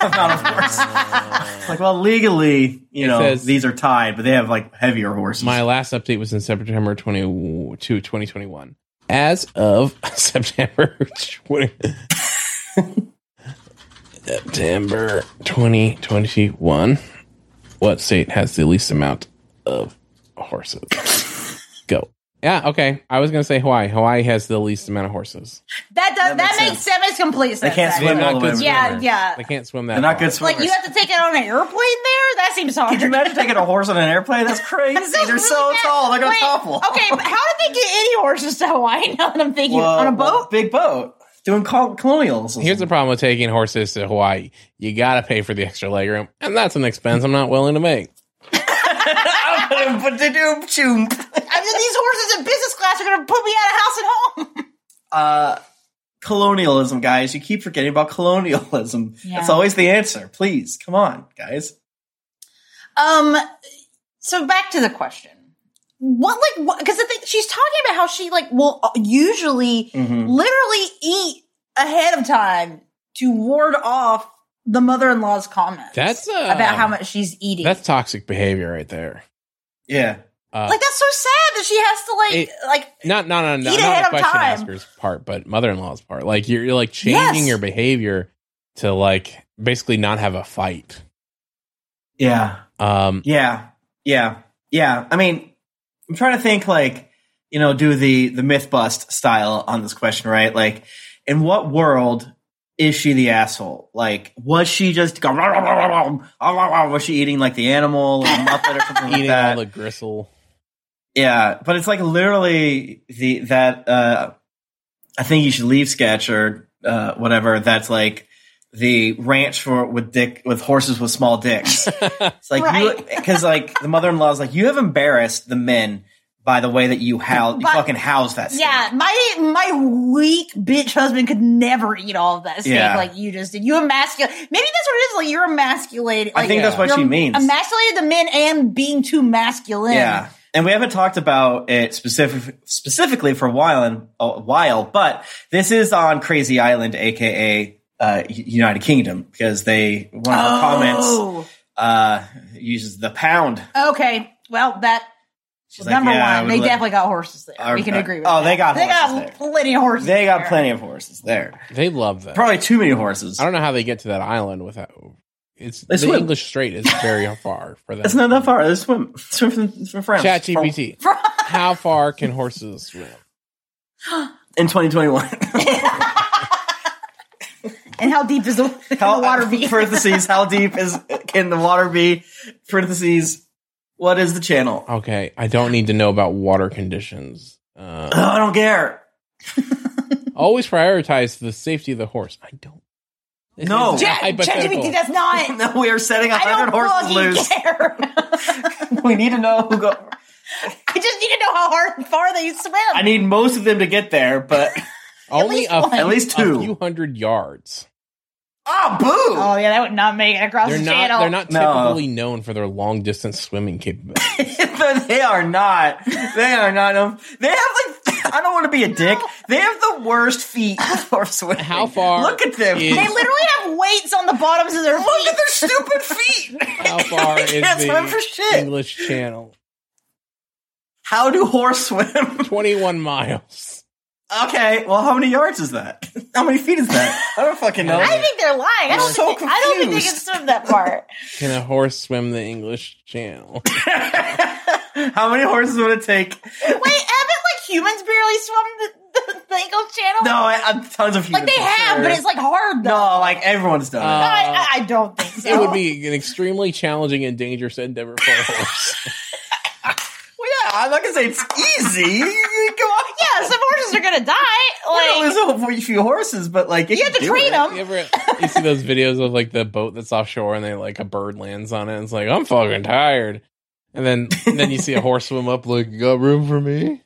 I'm not a horse. It's like well, legally, you It know, says- these are tied, but they have like heavier horses. My last update was in September 22, 2021. As of September 20, September 2021, what state has the least amount of horses? Go. Yeah, okay. I was going to say Hawaii. Hawaii has the least amount of horses. that does, that, That makes makes that makes complete sense. can't actually. swim not all the way good over Yeah, there. yeah. They can't swim that They're not far. good swimmers. Like you have to take it on an airplane there. That seems hard. Could you imagine taking a horse on an airplane? That's crazy. That They're sounds so really bad. tall. They're gonna Wait, oh, topple. Okay, but how did they get any horses to Hawaii? Now that I'm thinking, Well, on a well, boat. big boat, doing col- colonials. Here's the problem with taking horses to Hawaii. You got to pay for the extra legroom, and that's an expense I'm not willing to make. but they do. I mean, these horses in business class are going to put me out of house and home. uh, colonialism, guys. You keep forgetting about colonialism. Yeah. That's always the answer. Please, come on, guys. Um. So back to the question. What like what? Because I think she's talking about how she like will uh, usually Mhm. literally eat ahead of time to ward off the mother-in-law's comments. That's, uh, about how much she's eating. That's toxic behavior right there. Yeah. Uh, like that's so sad that she has to like It- like not not on Eat not, ahead of not the question time. asker's part, but mother in law's part. Like you're, you're like changing Yes. your behavior to like basically not have a fight. Yeah. Um, Yeah, yeah, yeah. I mean, I'm trying to think like you know do the the myth bust style on this question, right? Like, in what world is she the asshole? Like, was she just go, "Rah, rah, rah, rah, rah, rah, rah," was she eating like the animal or the muffin or something like eating all that? the gristle. yeah, but it's like literally the that uh, I think you should leave sketch or uh, whatever. That's like the ranch for with dick with horses with small dicks. It's like because like the mother in law is like you have embarrassed the men by the way that you house you But- fucking house that. Steak. Yeah, my my weak bitch husband could never eat all of that steak Yeah. like you just did. You emasculate. Maybe that's what it is. Like you're emasculated. I Like, think Yeah. that's what she you're means. Emasculated the men and being too masculine. yeah, and we haven't talked about it specific specifically for a while and a while, but this is on Crazy Island, aka uh, U- United Kingdom, because they one of her comments Oh. uh, uses the pound. Okay. Well, that She's number like, yeah, I one. would They let- definitely got horses there. Our- we can uh, agree with. that. oh, they got they horses got plenty of horses. They got there. plenty of horses there. They love that. Probably too many horses. I don't know how they get to that island without. It's They the swim. English Strait is very far for them. It's not that far. They swim, swim from, from France. Chat GPT. From- How far can horses swim? in 2021. and how deep is the, can How- uh, the water be? parentheses how deep is can the water be parentheses what is the channel Okay, I don't need to know about water conditions. Uh, oh, i don't care always prioritize the safety of the horse. I don't. This No. is Jet- Chat hypothetical. ChatGPT does not. no we are setting a I 100 don't horses fucking loose care. we need to know who go I just need to know how hard and far they swim. i need most of them to get there but Only least a, one. at least a few two hundred yards. ah boo oh yeah, that would not make it across They're the not. channel. They're not No. typically known for their long distance swimming capability. But they are not they are not um, they have like i don't want to be a dick they have the worst feet for swimming How far look at them is- They literally have weights on the bottoms of their feet. look at their stupid feet How far They is can't swim for the shit. English Channel? how do horse swim Twenty-one miles. Okay, well, how many yards is that? How many feet is that? I don't fucking know. I think they're lying. I don't. I'm so think, I don't think they can confused. swim that far. Can a horse swim the English Channel? how many horses would it take? Wait, haven't like humans barely swum the, the, the English Channel? No, I, I'm tons of like humans. they I'm have, sure. but it's like hard though. no, like everyone's done No, Uh, I, I- I don't think so. It would be an extremely challenging and dangerous endeavor for a horse. it. Well, yeah, I'm not gonna say it's easy. Come on, Yeah, some horses are gonna die. We're gonna Like lose a whole few horses, but like you have to train You them. ever you see those videos of like the boat that's offshore and they like a bird lands on it and it's like I'm fucking tired, and then and then you see a horse swim up like you got room for me?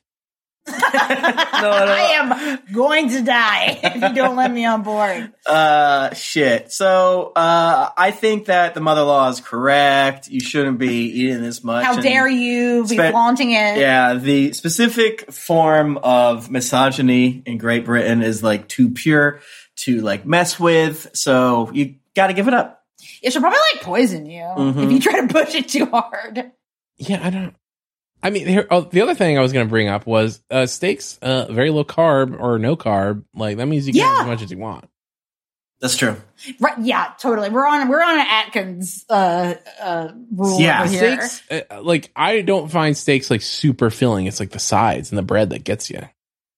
no, no. I am going to die if you don't let me on board. Uh, shit. So, uh, I think that the mother law is correct. You shouldn't be eating this much. How and- dare you be Spe- flaunting it? Yeah, the specific form of misogyny in Great Britain is like too pure to like mess with, so you got to give it up. It should probably like poison you Mhm. if you try to push it too hard. Yeah, I don't. I mean, here, oh, the other thing I was going to bring up was uh, steaks, uh, very low carb or no carb. Like that means you can have as Yeah. much as you want. That's true. Right? Yeah, totally. We're on we're on an Atkins uh, uh, rule Yeah. over here. Steaks, uh, like I don't find steaks like super filling. It's like the sides and the bread that gets you.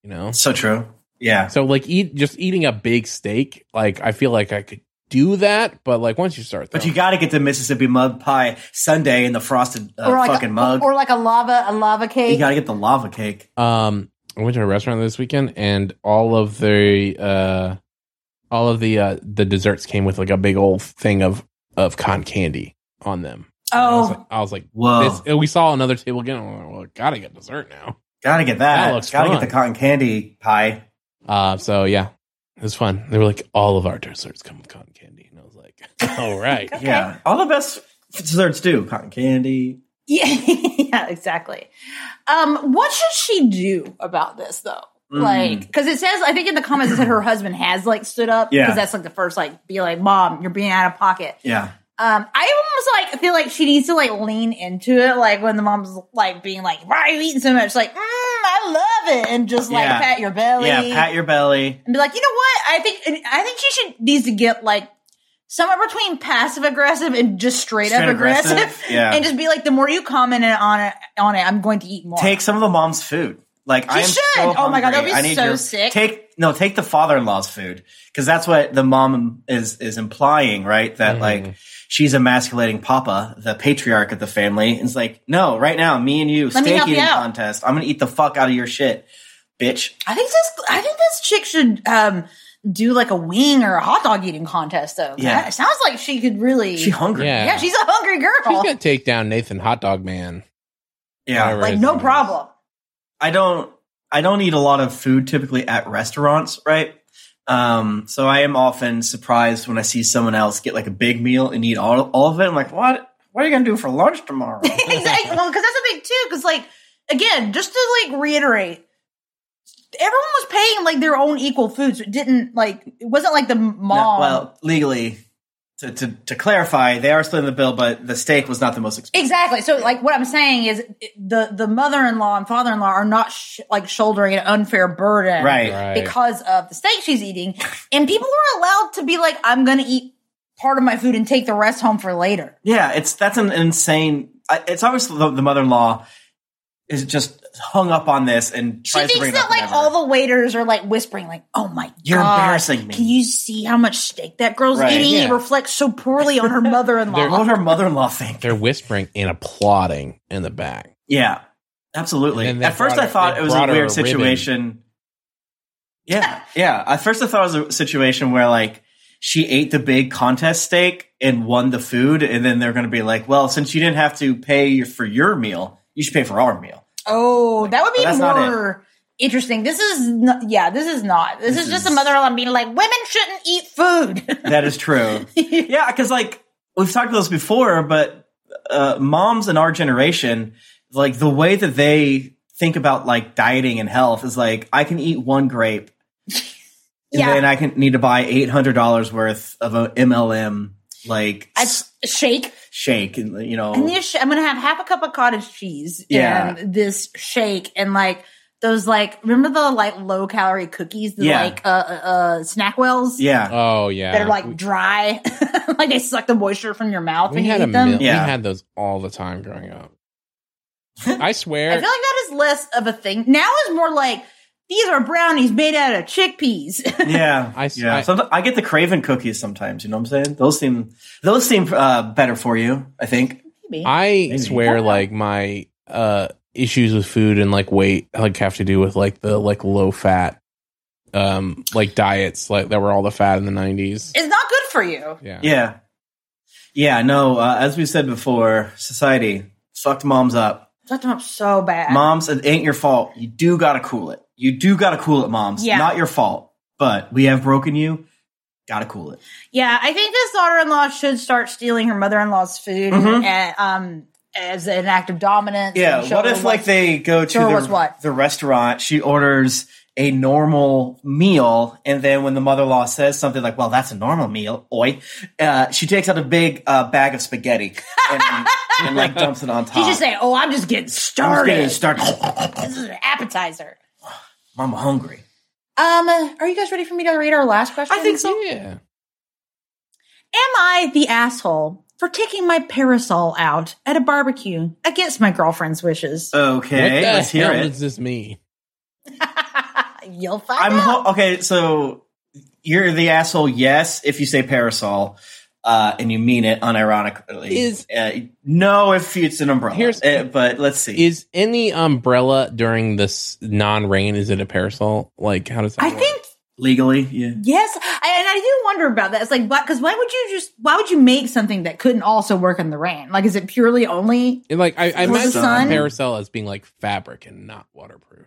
You know, So true. Yeah. So like eat just eating a big steak, like I feel like I could do that, but like once you start But though- you got to get the Mississippi mud pie Sunday in the frosted uh, fucking a, mug. or like a lava a lava you cake. got to get the lava cake. um I went to a restaurant this weekend and all of the uh all of the uh the desserts came with like a big old thing of of cotton candy on them. I was like, oh, I was like Whoa. this, and we saw another table again. and we're like, well, gotta get dessert now. got to get That that. looks got to get fun. the cotton candy pie. Uh, so yeah, it was fun. They were like, all of our desserts come with cotton candy, and I was like, all right. Yeah, all the best desserts do cotton candy. Yeah, yeah, exactly. Um, what should she do about this though? Mm. Like, because it says, I think in the comments it said her husband has like stood up. Yeah. because that's like the first like be like, mom, you're being out of pocket. Yeah, Um, I almost like feel like she needs to like lean into it, like when the mom's like being like, "Why are you eating so much?" Like, mm, I love it, and just like Yeah. pat your belly, yeah. Pat your belly. and be like, you know what? I think and I think she should needs to get like somewhere between passive aggressive and just straight, up Straight aggressive, aggressive, yeah. and just be like, the more you comment on it, on it, I'm going to eat more. Take some of the mom's food. Like I am should. so Oh my God, that'd hungry. be I need so your- sick. Take no, take the father-in-law's food because that's what the mom is is implying, right? That like she's emasculating Papa, the patriarch of the family. And it's like, no, right now, me and you me steak help you eating out. contest. I'm gonna eat the fuck out of your shit, bitch. I think this. I think this chick should um do like a wing or a hot dog eating contest though. Yeah. That- sounds like she could really. She hungry. Yeah. yeah, she's a hungry girl. She's gonna take down Nathan Hot Dog Man. yeah. Whatever like his no name is. problem. I don't I don't eat a lot of food typically at restaurants, right? Um, so I am often surprised when I see someone else get like a big meal and eat all, all of it. I'm like, what? What are you gonna do for lunch tomorrow? exactly. Well, because that's the thing too. Because like again, just to like reiterate, everyone was paying like their own equal food, so it didn't like it wasn't like the mom. No, well, legally, to, to to clarify, they are splitting the bill, but the steak was not the most expensive. Exactly. So, like, what I'm saying is, it- the the mother in law and father in law are not sh- like shouldering an unfair burden, Right. Right. Because of the steak she's eating, and people are allowed to be like, "I'm going to eat part of my food and take the rest home for later." Yeah, it's that's an insane. I- It's obvious the, the mother-in-law is just hung up on this and She tries to thinks bring it that up. like whenever. all the waiters are like whispering, like, "Oh my You're god, embarrassing me." Can you see how much steak that girl's Right. eating? It Yeah. reflects so poorly on her what mother-in-law. would her mother-in-law think? They're whispering and applauding in the back. Yeah, absolutely. And then they At first, brought I her- thought they it was a brought her weird a ribbon. situation. Yeah, yeah. At first, I thought it was a situation where like she ate the big contest steak and won the food, and then they're going to be like, "Well, since you didn't have to pay your- for your meal, you should pay for our meal." oh, that would be But that's not more interesting. This is not, yeah, this is not. This, This is just is- a mother-in-law being like, "Women shouldn't eat food." That is true. yeah, because like we've talked about this before, but uh, moms in our generation, like the way that they think about like dieting and health is like I can eat one grape, and Yeah. then I can need to buy eight hundred dollars worth of a MLM like I s- shake. shake, and you know, I need a sh- I'm going to have half a cup of cottage cheese Oh. Yeah. and this shake and like. Those like remember the like low calorie cookies, the Yeah. like uh, uh uh snack wells. yeah, Oh yeah. that are like we, dry, like they suck the moisture from your mouth we when you had a eat them. mil- we Yeah. had those all the time growing up. I I swear. feel like that is less of a thing now. Is more like these are brownies made out of chickpeas. yeah. I s- yeah, I- Someti- I get the Craven cookies sometimes. You know what I'm saying? Those seem those seem uh, better for you. I think. Maybe. I Maybe. swear, like my uh issues with food and like weight, like have to do with like the like low fat, um, like diets, like that were all the fat in the nineties. it's not good for you. Yeah. Yeah. Yeah, no, uh, as we said before, society fucked moms up. Fucked them up so bad. Moms, it ain't your fault. You do gotta cool it. You do gotta cool it, moms. Yeah. Not your fault, but we have broken you. Gotta cool it. Yeah, I think this daughter-in-law should start stealing her mother-in-law's food Mhm. and, um, as an act of dominance. Yeah, and show what her if like what's- they go to show her what's the, what? the restaurant, she orders a normal meal, and then when the mother-in-law says something like, well, that's a normal meal, oi, uh, she takes out a big uh, bag of spaghetti and, and like dumps it on top. She should say, "Oh, I'm just getting Uh, I'm just started. getting started. this is an appetizer." I'm hungry. Um, are you guys ready for me to read our last question? I think so. Yeah. Am I the asshole for taking my parasol out at a barbecue against my girlfriend's wishes? Uh, What the Okay, let's hear hell it. does this mean? You'll find I'm out. ho- okay. So you're the asshole. Yes, if you say parasol, uh, and you mean it unironically. Is- uh, no if it's an umbrella. Here's- Uh, but let's see. Is any umbrella during this non-rain? Is it a parasol? Like how does that? I work? think Legally, yeah. yes, I, and I do wonder about that. It's like, why? Because why would you just? Why would you make something that couldn't also work in the rain? Like, is it purely only? And, like I, I Was meant the sun- parasol as being like fabric and not waterproof.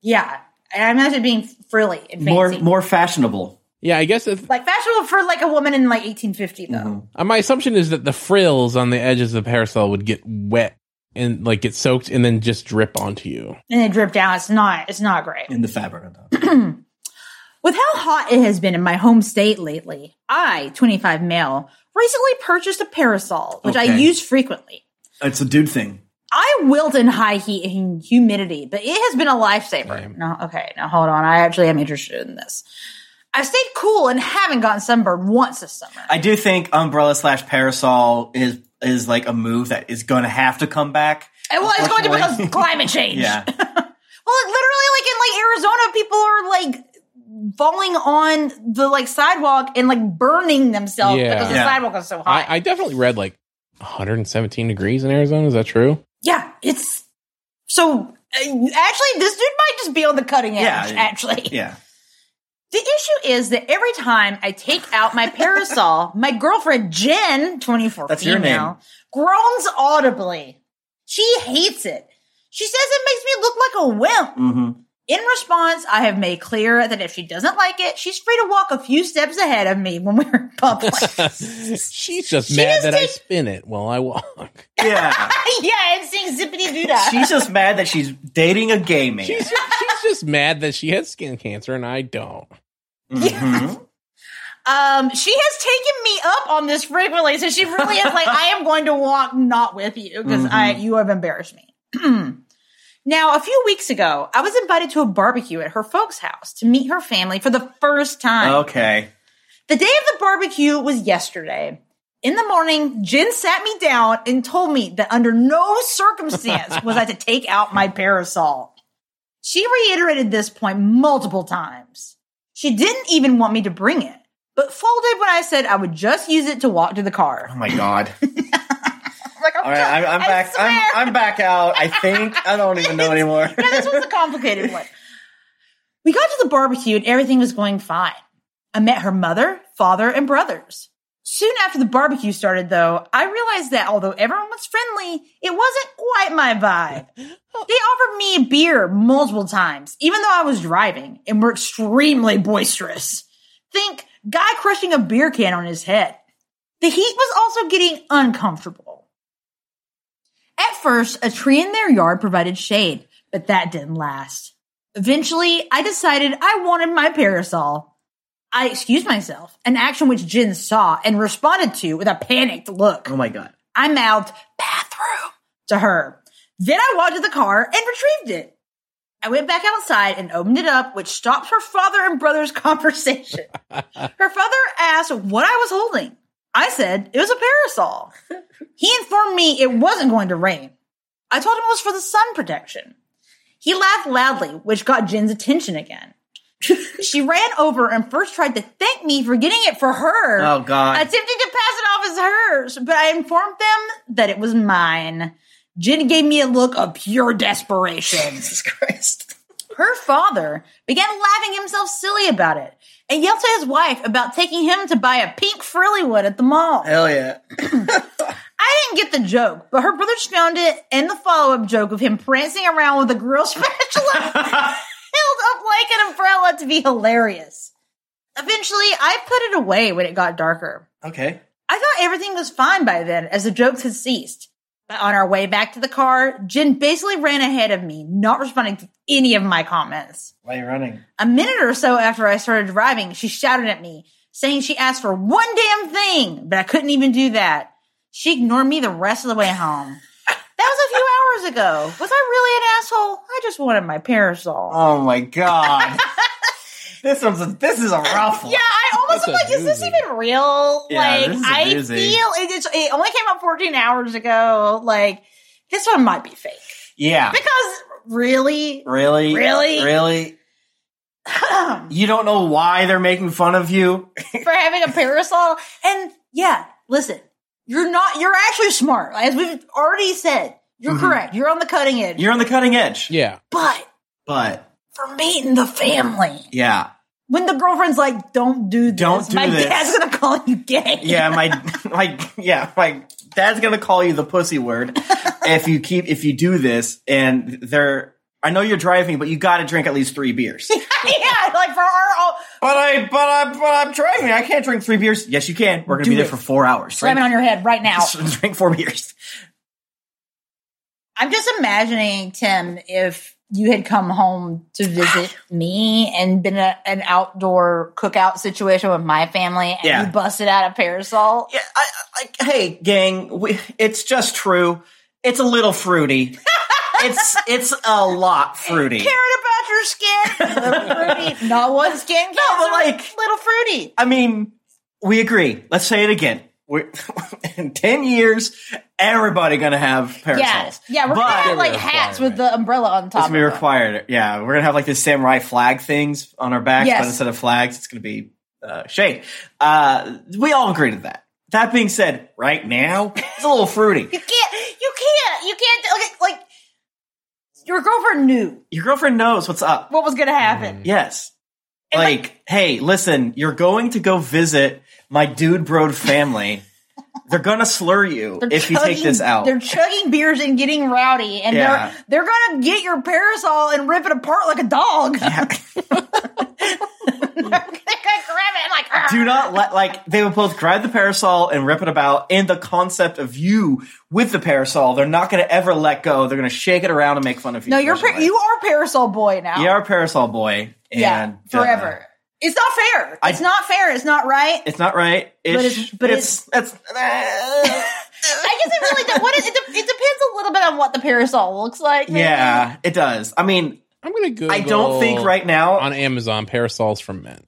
Yeah, and I imagine it being frilly and fancy. more more fashionable. Yeah, I guess if, like fashionable for like a woman in like 1850 though. Mm-hmm. uh, my assumption is that the frills on the edges of the parasol would get wet and like get soaked and then just drip onto you. And it dripped down. It's not. It's not great. in the fabric. With how hot it has been in my home state lately, I, 25 male, recently purchased a parasol, which I Okay. use frequently. it's a dude thing. I wilt in high heat and humidity, but it has been a lifesaver. Same. No, okay, now hold on. I actually am interested in this. I've stayed cool and haven't gotten sunburned once this summer. I do think umbrella slash parasol is is like a move that is going to have to come back. And, well, it's going to Unfortunately. become climate change. Yeah. Well, it literally, like in like Arizona, people are like falling on the like sidewalk and like burning themselves Yeah. because the Yeah. sidewalk is so hot. I, I definitely read like 117 degrees in Arizona. Is that true? Yeah, it's so. uh, Actually, this dude might just be on the cutting edge. Yeah, yeah. actually, yeah. the issue is that every time I take out my parasol, my girlfriend Jen, twenty four, That's your name. groans audibly. She hates it. She says it makes me look like a wimp. hmm In response, I have made clear that if she doesn't like it, she's free to walk a few steps ahead of me when we're in public. She's just She mad just that I did- spin it while I walk. Yeah. yeah, and sing zippity doo dah. she's just mad that she's dating a gay man. She's just, she's just mad that she has skin cancer and I don't. Mhm. Um, she has taken me up on this frequently, so she really is like, I am going to walk not with you because I you have embarrassed me. now, a few weeks ago, I was invited to a barbecue at her folks' house to meet her family for the first time. Okay. The day of the barbecue was yesterday. In the morning, Jen sat me down and told me that under no circumstance was I to take out my parasol. She reiterated this point multiple times. She didn't even want me to bring it, but folded when I said I would just use it to walk to the car. Oh my god. Like, I'm All right, I'm, I'm I back. swear. I'm, I'm back out. I think I don't even know anymore. No, this was a complicated one. We got to the barbecue and everything was going fine. I met her mother, father, and brothers. Soon after the barbecue started, though, I realized that although everyone was friendly, it wasn't quite my vibe. They offered me beer multiple times, even though I was driving, and were extremely boisterous. Think guy crushing a beer can on his head. The heat was also getting uncomfortable. At first, a tree in their yard provided shade, but that didn't last. Eventually, I decided I wanted my parasol. I excused myself, an action which Jin saw and responded to with a panicked look. Oh my god. I mouthed bathroom to her. Then I walked to the car and retrieved it. I went back outside and opened it up, which stopped her father and brother's conversation. her father asked what I was holding. I said it was a parasol. he informed me it wasn't going to rain. I told him it was for the sun protection. He laughed loudly, which got Jen's attention again. she ran over and first tried to thank me for getting it for her Oh god. attempting to pass it off as hers, but I informed them that it was mine. Jen gave me a look of pure desperation. Jesus Christ. Her father began laughing himself silly about it and yelled to his wife about taking him to buy a pink frilly one at the mall. Hell yeah. I didn't get the joke, but her brothers found it and the follow up joke of him prancing around with a grill spatula held up like an umbrella to be hilarious. Eventually, I put it away when it got darker. Okay. I thought everything was fine by then as the jokes had ceased. But on our way back to the car, Jen basically ran ahead of me, not responding to any of my comments. Why are you running? A minute or so after I started driving, she shouted at me, saying she asked for one damn thing, but I couldn't even do that. She ignored me the rest of the way home. That was a few hours ago. Was I really an asshole? I just wanted my parasol. Oh my god. this one's a, this is a rough one. Yeah, I almost That's am a like, is this doozy. even real? Yeah, like, this is a I feel doozy. it, it's, it only came out 14 hours ago. Like, this one might be fake Yeah. because really, Really? Really? Really? for You don't know why they're making fun of you? having a parasol. And yeah, listen, you're not. You're actually smart, as we've already said. You're Mhm. correct. You're on the cutting edge. You're on the cutting edge. Yeah. but But for meeting the family, yeah. when the girlfriend's like, "Don't do this," Don't do my this. dad's gonna call you gay. Yeah, my my yeah, my dad's gonna call you the pussy word if you keep if you do this and they're I know you're driving, but you got to drink at least three beers. yeah, like for our all, but I, but I, but I'm driving. I can't drink three beers. Yes, you can. We're gonna Do be there it. for four hours. slam it on your head right now. drink four beers. I'm just imagining, Tim, if you had come home to visit me and been a, an outdoor cookout situation with my family and Yeah. you busted out a parasol. Yeah, I, I, hey, gang, we, it's just true. It's a little fruity. it's it's a lot fruity. Caring about your skin, little fruity. Not one skin cancer, but like- little fruity. I mean, we agree. Let's say it again. We're, in ten years, everybody gonna have parasols. Yeah, yeah. We're but gonna have like It's gonna be hats required, with the umbrella on top. it's gonna be of them. required. Yeah, we're gonna have like the samurai flag things on our backs, Yes. but instead of flags, it's gonna be uh, shade. Uh, we all agree to that. That being said, right now it's a little fruity. You can't. You can't. You can't. Like, like your girlfriend knew Your girlfriend knows what's up. what was gonna happen. Yes. And, like, hey, listen, you're going to go visit my dude brode family. they're gonna slur you They're if you take chugging- this out. They're chugging beers and getting rowdy, and Yeah. they're they're gonna get your parasol and rip it apart like a dog. Yeah. they're gonna grab it and like. "Argh." Do not let like they would both grab the parasol and rip it about in the concept of you with the parasol. They're not gonna ever let go. They're gonna shake it around and make fun of you. no, you're par- personally. you are parasol boy now. You are a parasol boy. And, yeah, forever. uh, it's not fair. I- it's not fair. It's not right. it's not right. But it's- but it's it's, I guess it really de- what is, it, de- it depends a little bit on what the parasol looks like. maybe. yeah, it does. I mean, I'm gonna Google. I don't think right now. on Amazon parasols from men.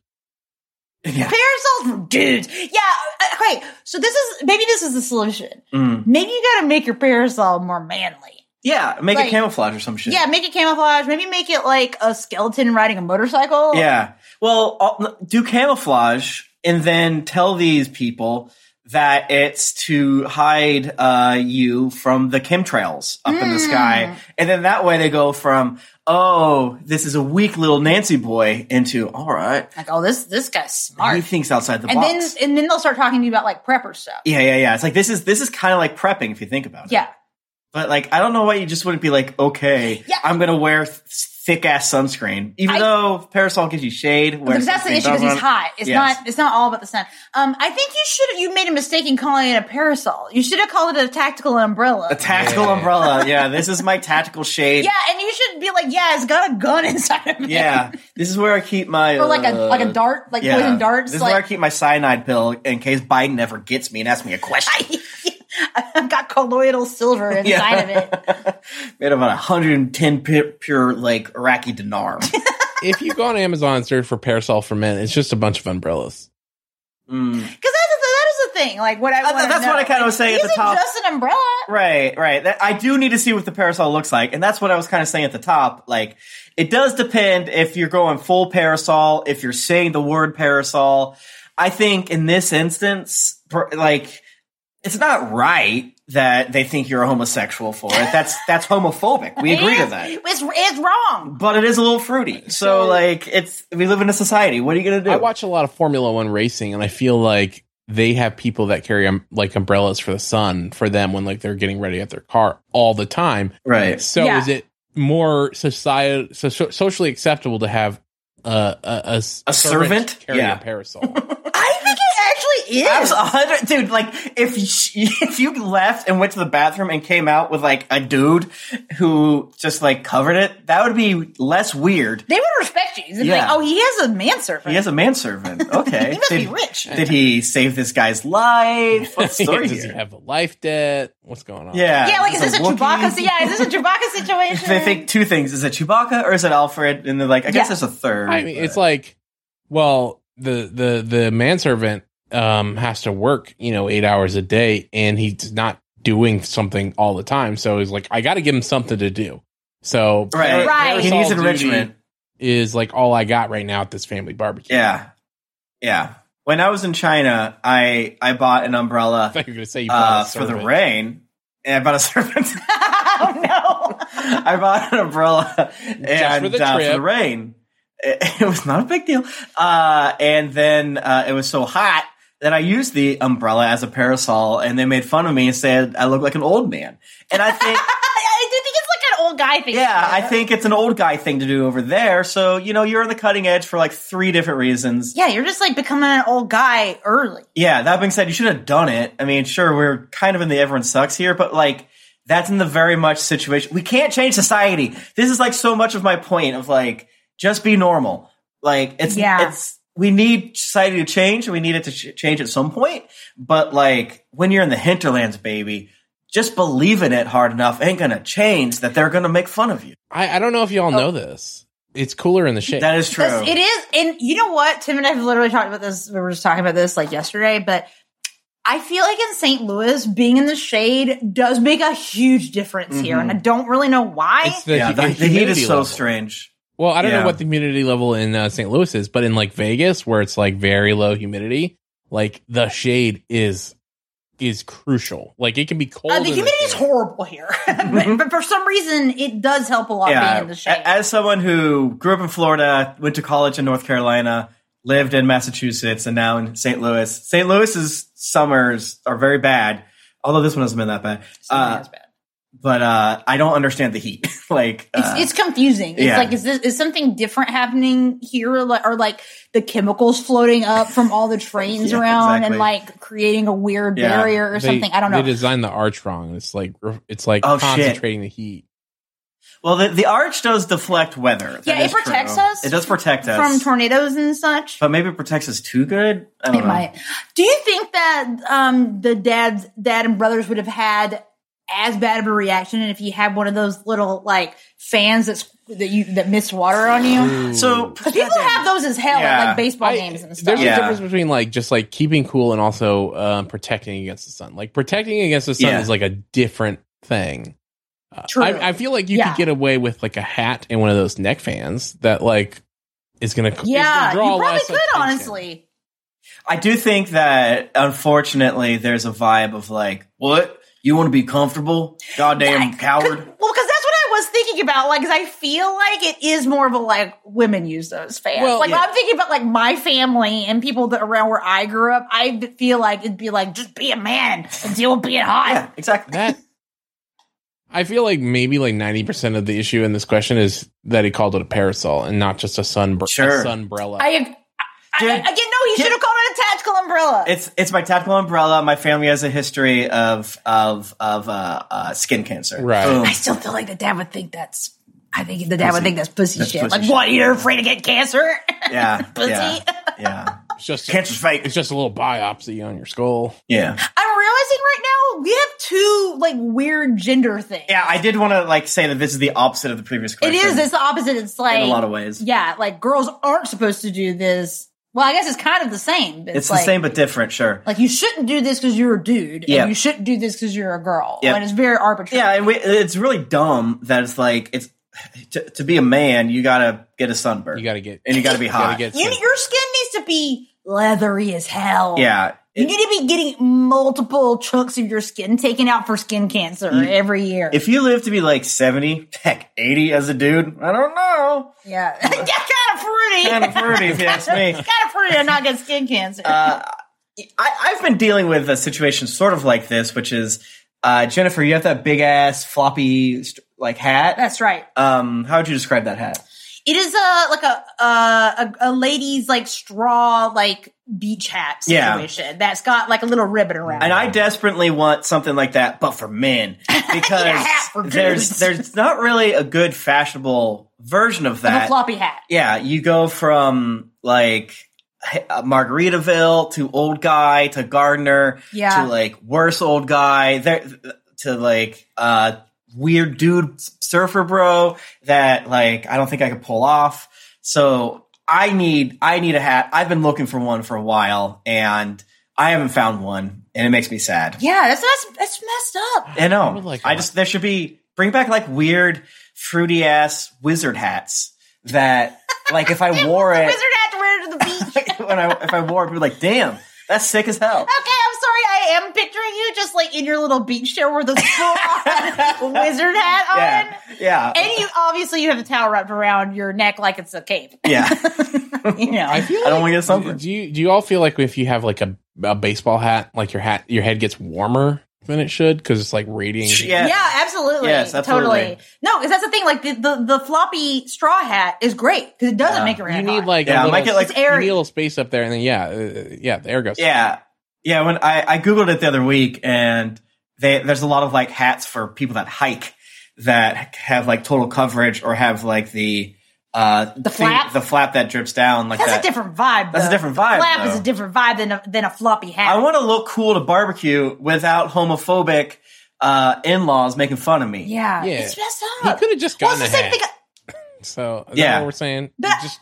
yeah. Parasols from dudes. Yeah. uh, Okay. So this is maybe this is the solution. Mm. Maybe you got to make your parasol more manly. Yeah, make Like- it camouflage or some shit. Yeah, make it camouflage. Maybe make it like a skeleton riding a motorcycle. Yeah. Well, I'll- do camouflage and then tell these people that it's to hide uh, you from the chemtrails up in the Hmm. sky. And then that way they go from, oh, this is a weak little Nancy boy into, all right, Like, oh, this this guy's smart. he thinks outside the and box. then and then they'll start talking to you about like prepper stuff. yeah, yeah, yeah. It's like this is this is kind of like prepping if you think about it. Yeah. But like, I don't know why you just wouldn't be like, okay, Yeah. I'm gonna wear th- thick ass sunscreen, even I- though parasol gives you shade. wear Because that's the sunscreen issue. Because he's doesn't. hot. It's Yes. not. It's not all about the sun. Um, I think you should. have You made a mistake in calling it a parasol. You should have called it a tactical umbrella. A tactical Yeah. umbrella. Yeah, this is my tactical shade. yeah, and you should be like, yeah, it's got a gun inside of it. Yeah, this is where I keep my uh, Or like a like a dart, like poison darts. This is like, where I keep my cyanide pill in case Biden ever gets me and asks me a question. I've got colloidal silver inside Yeah. of it. Made about 110 pu- pure like Iraqi dinar. if you go on Amazon and search for parasol for men, it's just a bunch of umbrellas. Mm. Because that's the, that is the thing. Like what I Uh, wanna that's know. what I kinda was saying at Using the top. Just an umbrella. Right, right. That, I do need to see what the parasol looks like, and that's what I was kind of saying at the top. Like, it does depend if you're going full parasol, if you're saying the word parasol. I think in this instance, per- like, it's not right that they think you're a homosexual for it. That's that's homophobic. We agree to It's- that. It's, it's wrong. But it is a little fruity. So, like, it's we live in a society. What are you gonna do? I watch a lot of Formula One racing, and I feel like they have people that carry um, like umbrellas for the sun for them when like they're getting ready at their car all the time. right. So Yeah. is it more society so, so- socially acceptable to have uh, a a, s- A servant? carry Yeah. a parasol? I think it actually is. Abs- a hundred, dude. Like if you, if you left and went to the bathroom and came out with like a dude who just like covered it, that would be less weird. They would respect you. They'd be like, Yeah. oh, he has a manservant. He has a manservant. Okay, He must did, be rich. Did he save this guy's life? What's the story Does he here? have a life debt? What's going on? yeah, yeah, like is this a Wookiee? Chewbacca? si- Yeah, is this a Chewbacca situation? They think two things: is it Chewbacca or is it Alfred? And they're like, I guess Yeah. there's a third. I mean, but- it's like, well, the the the manservant um has to work, you know, eight hours a day, and he's not doing something all the time. So he's like, I got to give him something to do. So right. Right. He needs parasol duty enrichment. is like all I got right now at this family barbecue. Yeah, yeah. When I was in China, I I bought an I umbrella thought you were gonna say you bought uh, a for the servant. rain, and I bought a servant. oh no. I bought an umbrella and for the uh, trip. for the rain. It, it was not a big deal. Uh, and then uh, it was so hot that I used the umbrella as a parasol, and they made fun of me and said I look like an old man. And I think I, I do think it's like an old old guy thing. Yeah, I think it's an old guy thing to do over there. So, you know, you're on the cutting edge for like three different reasons. Yeah, you're just like becoming an old guy early. Yeah, that being said, you should have done it. I mean, sure, we're kind of in the everyone sucks here, but like that's in the very much situation. We can't change society. This is like so much of my point of like just be normal. Like it's Yeah. it's we need society to change and we need it to ch- change at some point, but like when you're in the hinterlands, baby, just believe in it hard enough ain't going to change that they're going to make fun of you. I, I don't know if y'all know this. It's cooler in the shade. That is true. This- it is, and you know what? Tim and I have literally talked about this. We were just talking about this like yesterday, but I feel like in St. Louis, being in the shade does make a huge difference here, Mhm. and I don't really know why. it's the, yeah, hu- the, the heat humidity is so level. strange. Well, I don't Yeah. know what the humidity level in uh, St. Louis is, but in like Vegas, where it's like very low humidity, like the shade is is crucial. Like it can be cold. Uh, in the the humidity is shade. horrible here, but, but for some reason, it does help a lot being in the shade. a- As someone who grew up in Florida, went to college in North Carolina, lived in Massachusetts, and now in St. Louis. St. Louis's summers are very bad, although this one hasn't been that bad. It's not Uh, as bad. but uh, I don't understand the heat. like, uh, It's, it's confusing. It's yeah. like is this is something different happening here, like or like the chemicals floating up from all the trains Yeah, around exactly. and like creating a weird Yeah. barrier or They- something. I don't know. They designed the arch wrong. It's like re- it's like Oh, shit. concentrating the heat. well, the, the arch does deflect weather. That Yeah, it is true. protects us It does protect us from tornadoes and such. but maybe it protects us too good. I don't It know. might. Do you think that um, the dad's dad and brothers would have had as bad of a reaction if you had one of those little like fans that's that you that miss water on you? So Because people have those as hell Mm. Yeah. at like baseball I- games and stuff. There's Yeah. a difference between like just like keeping cool and also um, protecting against the sun. Like protecting against the sun Yeah. is like a different thing. Uh, True. I, I feel like you Yeah. could get away with like a hat and one of those neck fans that like is gonna is gonna Yeah, you draw a lot probably of could attention. honestly. I do think that unfortunately there's a vibe of like, what? You want to be comfortable? Goddamn Yeah, coward. Well, because that's what I was thinking about. Like, 'cause I feel like it is more of a like women use those fans. Well, like, yeah. I'm thinking about like my family and people that around where I grew up. I feel like it'd be like just be a man and deal with being hot. Yeah, exactly. That I feel like maybe like ninety percent of the issue in this question is that he called it a parasol and not just a sun Sure. a sunbrella. I, I, I Dude, again, no, he get- should have called it a tactical umbrella. It's it's my tactical umbrella. My family has a history of of of uh, uh, skin cancer. Right. I Boom. still feel like the dad would think that's. I think the dad would think that's pussy That's shit. pussy like, shit. what? You're afraid to get cancer? Yeah. Pussy. Yeah. Yeah. it's just Cancer's fake. it's just a little biopsy on your skull. Yeah. I'm realizing right now we have two like weird gender things. Yeah. I did want to like say that this is the opposite of the previous It question. is. It's the opposite. It's like in a lot of ways. Yeah, like girls aren't supposed to do this. Well, I guess it's kind of the same. But It's, it's the like, same but different. Sure. Like you shouldn't do this because you're a dude, Yeah. and you shouldn't do this because you're a girl. Yeah. And it's very arbitrary. Yeah, and we, it's really dumb that it's like it's to, to be a man, you gotta get a sunburn. You gotta get and you gotta be you gotta hot. get You, some- your skin needs to be leathery as hell. yeah, You need to be getting multiple chunks of your skin taken out for skin cancer You- every year. If you live to be like 70, heck, 80 as a dude, I don't know. yeah, yeah, kind of fruity. Kind of fruity, if you ask me. kind of fruity to not get skin cancer. Uh, I, I've been dealing with a situation sort of like this, which is uh, Jennifer, you have that big ass floppy st- like hat. That's right. Um, how would you describe that hat? It is a like a a, a, a lady's like straw like beach hat Yeah. situation that's got like a little ribbon around. And it. I desperately want something like that, but for men, because hat for there's dudes. there's not really a good fashionable version of Like a that. floppy hat. yeah, you go from like uh, Margaritaville to old guy to Gardner Yeah. to like worse old guy there to like uh weird dude surfer bro that like I don't think I could pull off. So I need I need a hat. I've been looking for one for a while and I haven't found one and it makes me sad. yeah, that's that's that's messed up. I know. I would like I one. just there should be bring back like weird fruity ass wizard hats that like if I wore The it wizard hat to wear to the beach. okay, when I if I wore it, people would be like, damn, that's sick as hell. I'm sorry. I am picturing you just like in your little beach chair with a full on wizard hat on. Yeah, yeah, And you obviously you have a towel wrapped around your neck like it's a cape. yeah. You know. I feel I don't like- want to get sunburned. Do you do you all feel like if you have like a, a baseball hat, like your hat your head gets warmer? than it should because it's like reading. Yeah. Yeah, absolutely. Yes, absolutely. Totally. No, because that's the thing. Like the, the, the floppy straw hat is great because it doesn't Yeah. make it rain. You need like Yeah, a I little, might get, like, It's you need a airy. little space up there, and then yeah, uh, yeah, the air goes. Yeah. Yeah. When I, I Googled it the other week and they, there's a lot of like hats for people that hike that have like total coverage or have like the, uh, The flap? the flap that drips down like that's that. a different vibe. That's a though. different vibe, Flap is though. a different vibe than a, than a floppy hat. I want to look cool to barbecue without homophobic, uh, in-laws making fun of me. yeah, Yeah. it's messed He up. could have just Well, it's gotten the a same hat. thing. so is Yeah. that what we're saying? That- just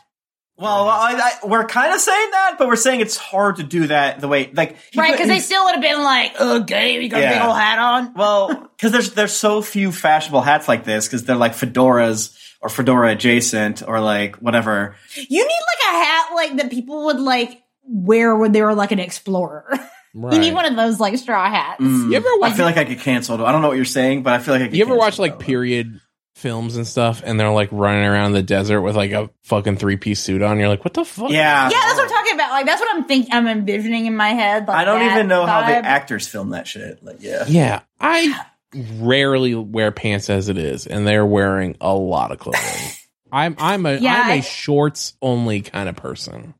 Well, I, I, we're kind of saying that, but we're saying it's hard to do that the way like he Right, because couldn't- they still would have been like, "Oh, gay, you got a big Yeah. old hat on." Well, because there's there's so few fashionable hats like this because they're like fedoras or fedora adjacent or like whatever. You need like a hat like that people would like wear when they were like an explorer. right. You need one of those like straw hats. Mm. You ever I watch? feel like I get canceled. I don't know what you're saying, but I feel like I get you ever watch canceled, like though. period films and stuff, and they're like running around the desert with like a fucking three piece suit on? You're like, what the fuck? Yeah, Yeah, that's what I'm talking about. Like that's what I'm thinking. I'm envisioning in my head. Like, I don't that even know how the vibe. actors film that shit. Like, yeah, Yeah, I rarely wear pants as it is, and they're wearing a lot of clothing. I'm I'm a Yeah, am I- a shorts only kind of person.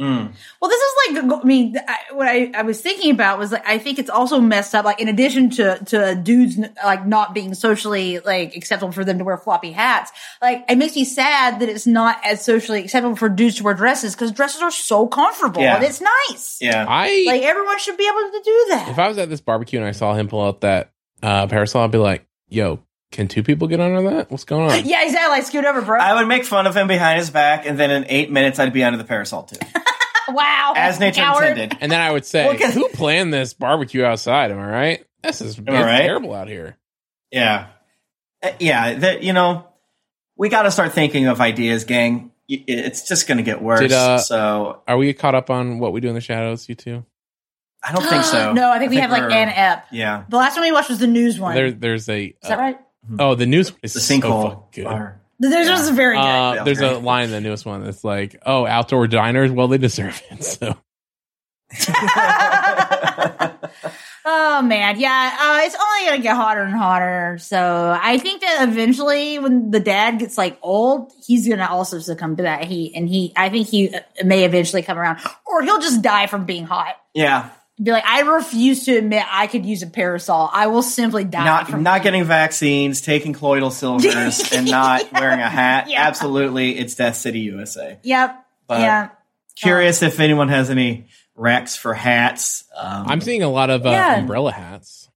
Mm. Well, this is like, I mean, I, what I, I was thinking about was like, I think it's also messed up. Like, in addition to, to dudes like not being socially like acceptable for them to wear floppy hats, like it makes me sad that it's not as socially acceptable for dudes to wear dresses because dresses are so comfortable Yeah. and it's nice. yeah. I Like everyone should be able to do that. if I was at this barbecue and I saw him pull out that uh, parasol, I'd be like, "Yo, can two people get under that? What's going on?" yeah, exactly. Like, scoot over, bro. I would make fun of him behind his back, and then in eight minutes, I'd be under the parasol too, wow, as nature Coward. intended. And then I would say, Well, 'cause- "Who planned this barbecue outside? Am I right? This is I it's right? terrible out here." Yeah, Uh, yeah. That you know, we got to start thinking of ideas, gang. Y- It's just going to get worse. Did, uh, so Are we caught up on what we do in the shadows? You two? I don't think so. no, I think we have like we're- an ep. Yeah. The last one we watched was the news one. There, is there's a that uh, right? oh the news is The so sinkhole. fucking good. are- The news was very good. Uh, there's a Okay. line in the newest one that's like, "Oh, outdoor diners, well, they deserve it." So Oh man, yeah, uh, it's only gonna get hotter and hotter. So I think that eventually, when the dad gets like old, he's gonna also succumb to that heat, and he, I think he uh, may eventually come around, or he'll just die from being hot. yeah. Be like, I refuse to admit I could use a parasol. I will simply die. Not from not getting vaccines, taking colloidal silvers, and not wearing a hat. Yeah. Absolutely, it's Death City, USA. Yep. But yeah. curious if anyone has any racks for hats. Um, I'm seeing a lot of uh, Yeah. umbrella hats.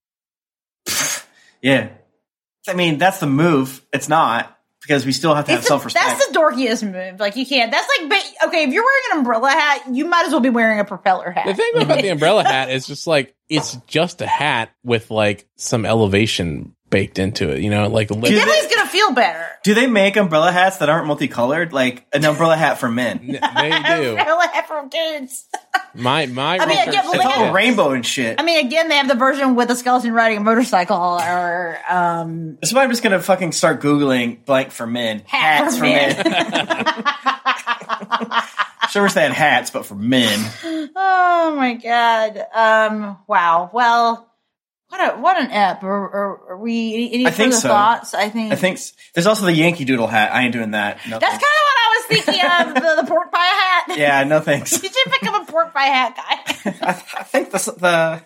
yeah. I mean, that's the move. It's not because we still have to have It's self the, respect. that's the dorkiest move. Like you can't. That's like, ba- okay, if you're wearing an umbrella hat, you might as well be wearing a propeller hat. The thing about the umbrella hat is just like it's just a hat with like some elevation baked into it. You know, like Then li- he's gonna feel better. Do they make umbrella hats that aren't multicolored, like an umbrella hat for men? they do. Umbrella hat for kids. My my. I mean, research yeah, but It's says like- all yes. rainbow and shit. I mean, again, they have the version with a skeleton riding a motorcycle, or um, so I'm just gonna fucking start googling blank for men Hat hats for for men. sure, we're saying hats, but for men. oh my god, um, wow. Well, what a what an ep. Are, are, are we any, any I think further so. thoughts? I think I think s- there's also the Yankee Doodle hat. I ain't doing that. No that's kind of thanks. what I was thinking of the, the pork pie hat. yeah, no thanks. Did you pick up a pork pie hat guy? I, I think the, s- the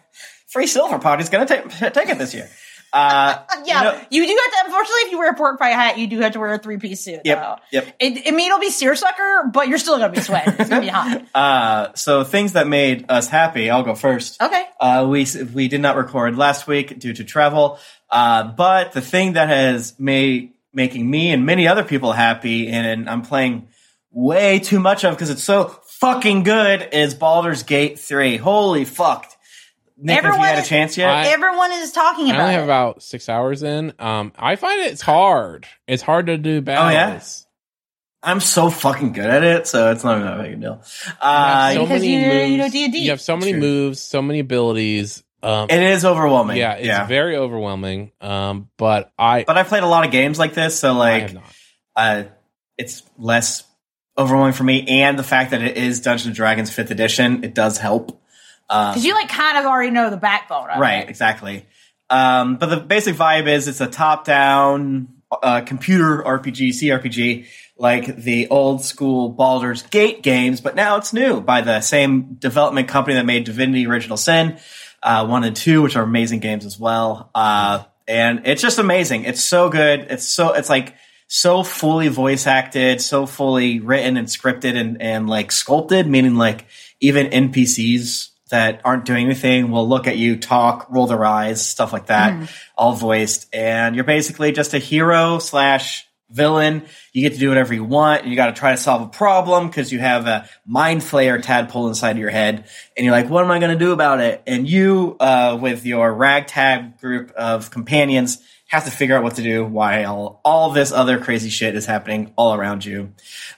free silver party's going to take take it this year. Uh, yeah, You know- you do have to. Unfortunately, if you wear a pork pie hat, you do have to wear a three piece suit. Yep, though. yep. It, I mean, it'll be seersucker, but you're still gonna be sweating. It's gonna be hot. uh, so things that made us happy. I'll go first. Okay. Uh, we s- we did not record last week due to travel, uh, but the thing that has made making me and many other people happy, and I'm playing way too much of because it's so fucking good, is Baldur's Gate three. Holy fuck! Nick, have you Everyone had a is- chance yet? I- Everyone is talking I about. only it. have about six hours in. Um, I find it's hard. It's hard Oh, to do battles. I'm so fucking good at it, so it's not even that big a deal. Uh, You Because have so many you- moves. you know D&D. You have so many True. moves, so many abilities. Um, It is overwhelming. yeah, it's very overwhelming. Um, but I, but I've played a lot of games like this, so I like have not. uh, it's less overwhelming for me. And the fact that it is Dungeons and Dragons Fifth Edition, it does help. Uh, Because you like kind of already know the backbone, of it. right, exactly. Um, but the basic vibe is it's a top-down uh, computer RPG, CRPG, like the old school Baldur's Gate games, but now it's new by the same development company that made Divinity: Original Sin uh, one and two, which are amazing games as well. Uh, and it's just amazing. It's so good. It's so it's like so fully voice acted, so fully written and scripted and and like sculpted, meaning like even NPCs that aren't doing anything will look at you, talk, roll their eyes, stuff like that, all voiced. And you're basically just a hero slash villain. You get to do whatever you want, and you got to try to solve a problem because you have a mind flayer tadpole inside of your head, and you're like, "What am I going to do about it?" And you, uh, with your ragtag group of companions, have to figure out what to do while all this other crazy shit is happening all around you.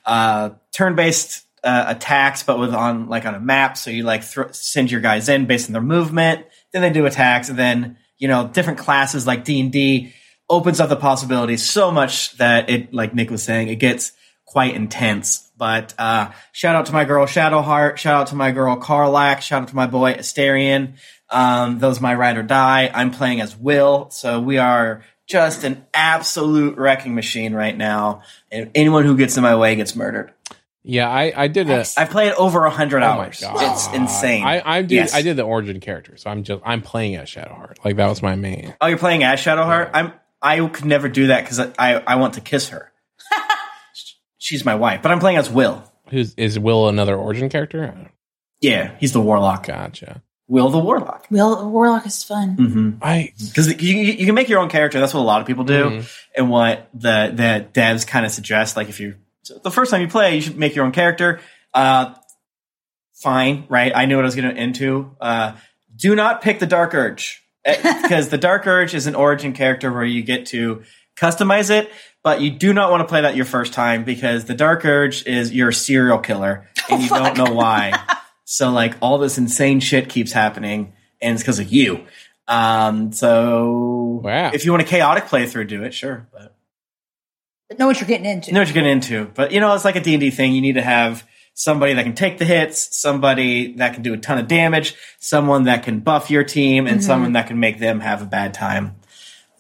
Uh, turn-based uh, attacks, but with on like on a map, so you like thro- send your guys in based on their movement. Then they do attacks, and then you know different classes like D and D opens up the possibilities so much that it, like Nick was saying, it gets quite intense. But uh, shout out to my girl Shadowheart. Shout out to my girl Carlac. Shout out to my boy Asterion. Um, those my ride or die. I'm playing as Will, so we are just an absolute wrecking machine right now. And anyone who gets in my way gets murdered. Yeah, I, I did a. I played over hundred Oh my hours. God. It's insane. I, I did Yes. I did the origin character, so I'm just I'm playing as Shadowheart. Like that was my main. Oh, you're playing as Shadowheart. I'm. I could never do that because I, I I want to kiss her. She's my wife, but I'm playing as Will. Who's is Will another origin character? I don't- Yeah, he's the warlock. Gotcha. Will the warlock. Will Warlock is fun. Mm-hmm. I Because you, you you can make your own character. That's what a lot of people do, and what the the devs kind of suggest. Like if you so the first time you play, you should make your own character. Uh, fine, right? I knew what I was going to into. Uh, do not pick the Dark Urge eh, because the Dark Urge is an origin character where you get to customize it, but you do not want to play that your first time because the Dark Urge is you're a serial killer and you don't know why. so like all this insane shit keeps happening, and it's because of you. Um, so Wow. if you want a chaotic playthrough, do it, sure. But But know what you're getting into. you know what you're getting into. But you know, it's like a D and D thing. You need to have somebody that can take the hits, somebody that can do a ton of damage, someone that can buff your team, Mm-hmm. and someone that can make them have a bad time.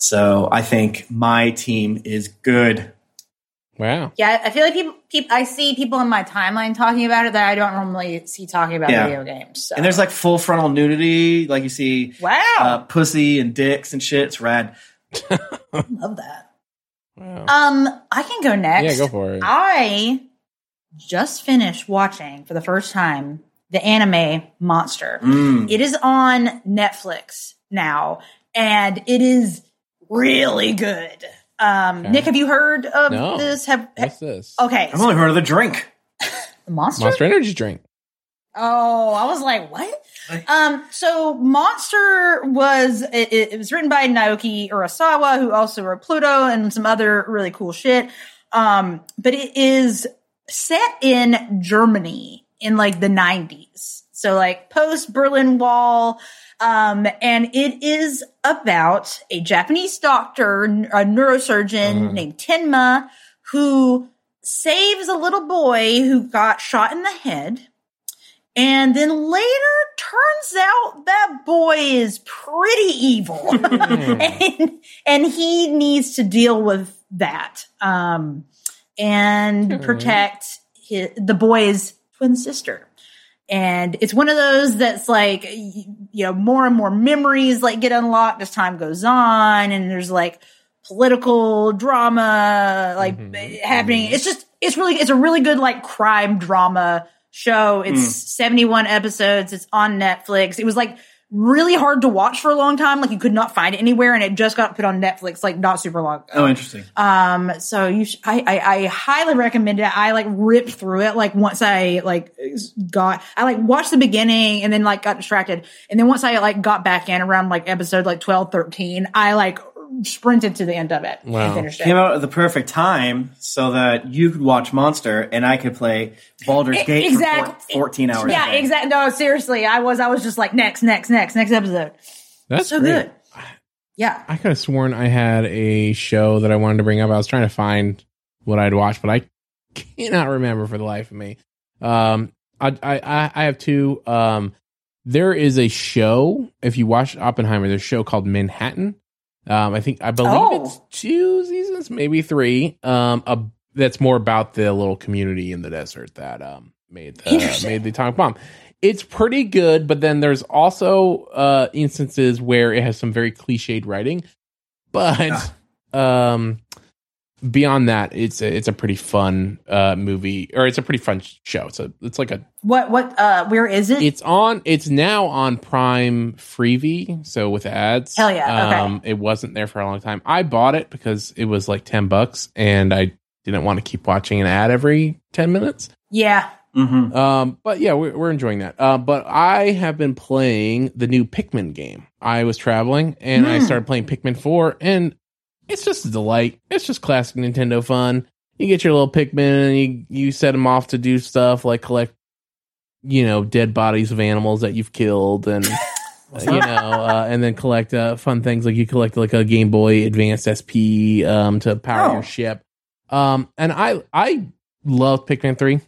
So I think my team is good. wow. Yeah, I feel like people, peop I see people in my timeline talking about it that I don't normally see talking about Yeah. video games. So. And there's like full frontal nudity, like you see wow, uh, pussy and dicks and shit. It's rad. love that. Wow. Um, I can go next. yeah, go for it. I just finished watching for the first time the anime Monster. Mm. It is on Netflix now, and it is really good. Um, Okay. Nick, have you heard of No. this? Have, have- What's this? okay, I've only heard of the drink. Monster. Monster Energy drink. Oh, I was like, what? What? Um, so Monster was it, it- it was written by Naoki Urasawa, who also wrote Pluto and some other really cool shit. Um, but it is set in Germany in like the nineties, so like post Berlin Wall. Um, and it is about a Japanese doctor, a neurosurgeon Mhm. named Tenma, who saves a little boy who got shot in the head. And then later, turns out that boy is pretty evil, and, and he needs to deal with that um, and Hmm. protect hi the boy's twin sister. And it's one of those that's like, y- you know, more and more memories like get unlocked as time goes on, and there's like political drama like Mhm. happening. It's just, it's really, it's a really good like crime drama show. It's 71 episodes. It's on Netflix. It was like really hard to watch for a long time. Like you could not find it anywhere, and it just got put on Netflix like not super long ago. Oh, interesting. Um, so you, sh- I, I, I highly recommend it. I like ripped through it. Like once I like got, I like watched the beginning and then like got distracted. And then once I like got back in around like episode like 12, 13, I like sprinted to the end of it Wow. and finished Came it. out at the perfect time so that you could watch Monster and I could play Baldur's E- Gate for exact- four- 14 hours. Mm-hmm. a Yeah, day. exactly. No, seriously. I was, I was just like next, next, next, next episode. That's So great. good. Yeah. I could have sworn I had a show that I wanted to bring up. I was trying to find what I'd watched, but I cannot remember for the life of me. Um, I I I I have two. Um, there is a show. If you watch Oppenheimer, there's a show called Manhattan. Um, I think I believe Oh. it's two seasons, maybe three. Um, a, that's more about the little community in the desert that um made the Interesting. made the atomic bomb. It's pretty good, but then there's also uh instances where it has some very cliched writing. But um beyond that, it's a, it's a pretty fun uh movie or it's a pretty fun show. It's a it's like a What? What? Uh, where is it? it's on it's now on prime freebie so with ads Um, Hell yeah, okay. it wasn't there for a long time i bought it because it was like 10 bucks and i didn't want to keep watching an ad every 10 minutes yeah. Mm-hmm. um but yeah we're, we're enjoying that uh, but i have been playing the new pikmin game i was traveling and i Hmm. started playing pikmin 4 and it's just a delight it's just classic nintendo fun you get your little pikmin and you, you set them off to do stuff like collect you know dead bodies of animals that you've killed and uh, you know uh, and then collect uh, fun things like you collect like a game boy advanced sp um, to power Oh. your ship um, and i i love pikmin 3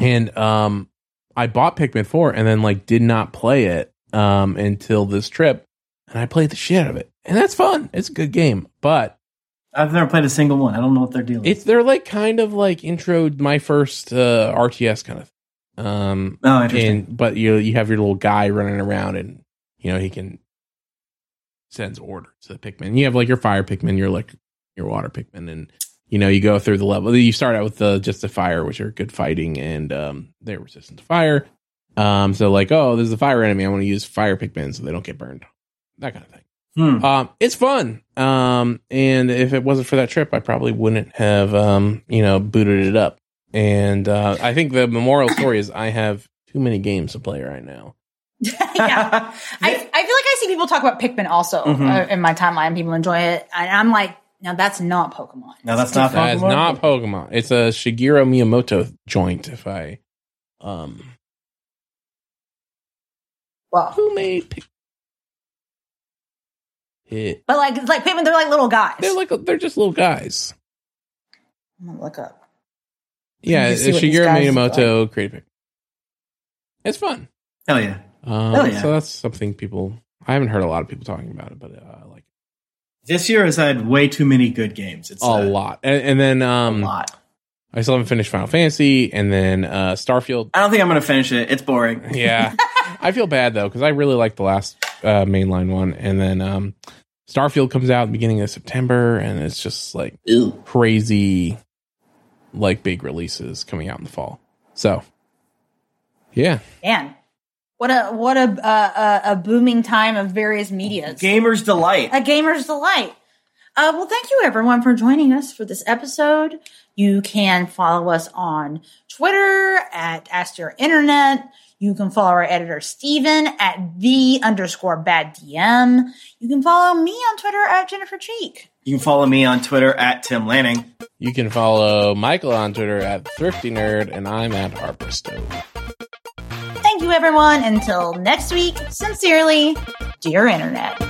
and um, i bought pikmin 4 and then like did not play it um, until this trip and i played the shit out of it and that's fun it's a good game but I've never played a single one. I don't know what they're dealing. it's they're like kind of like intro my first uh, RTS kind of. Thing. Um, with. oh, interesting. and but you you have your little guy running around and you know he can sends orders to the Pikmin. You have like your fire Pikmin, your like your water Pikmin, and you know you go through the level. You start out with the just the fire, which are good fighting and um they're resistant to fire. Um, so like oh there's a fire enemy, I want to use fire Pikmin so they don't get burned. That kind of thing. Hmm. Um, it's fun. Um, and if it wasn't for that trip, I probably wouldn't have, um, you know, booted it up. And uh, I think the memorial story is I have too many games to play right now. yeah. I, I feel like I see people talk about Pikmin also Mm-hmm. Mhm. uh, in my timeline. People enjoy it, and I'm like, no, that's not Pokemon. No, that's not That is Pokemon? not Pokemon. It's a Shigeru Miyamoto joint. If I, um, well, who made Pik- it? but like, it's like Pikmin, they're like little guys. They're like they're just little guys. I'm gonna look up. Yeah, You see what these Shigeru guys look Miyamoto created. Pik- It's fun. Hell yeah. Um, Hell Oh, yeah. So that's something people. I haven't heard a lot of people talking about it, but uh, like This year has had way too many good games. It's a lot. And, and then um, A lot. I still haven't finished Final Fantasy, and then uh, Starfield. I don't think I'm going to finish it. It's boring. Yeah, I feel bad though because I really like the last uh, mainline one, and then um, Starfield comes out at the beginning of September, and it's just like Ew. crazy, like big releases coming out in the fall. So, yeah, Man, what a what a uh, a, a booming time of various medias. Gamer's delight. a gamer's delight. Uh, well, thank you everyone for joining us for this episode. You can follow us on Twitter at Ask Your Internet. You can follow our editor Steven at the underscore bad DM. You can follow me on Twitter at Jennifer Cheek. You can follow me on Twitter at Tim Lanning. you can follow Michael on Twitter at Thrifty Nerd, and I'm at Harper Stone. Thank you everyone. Until next week, sincerely, dear Internet.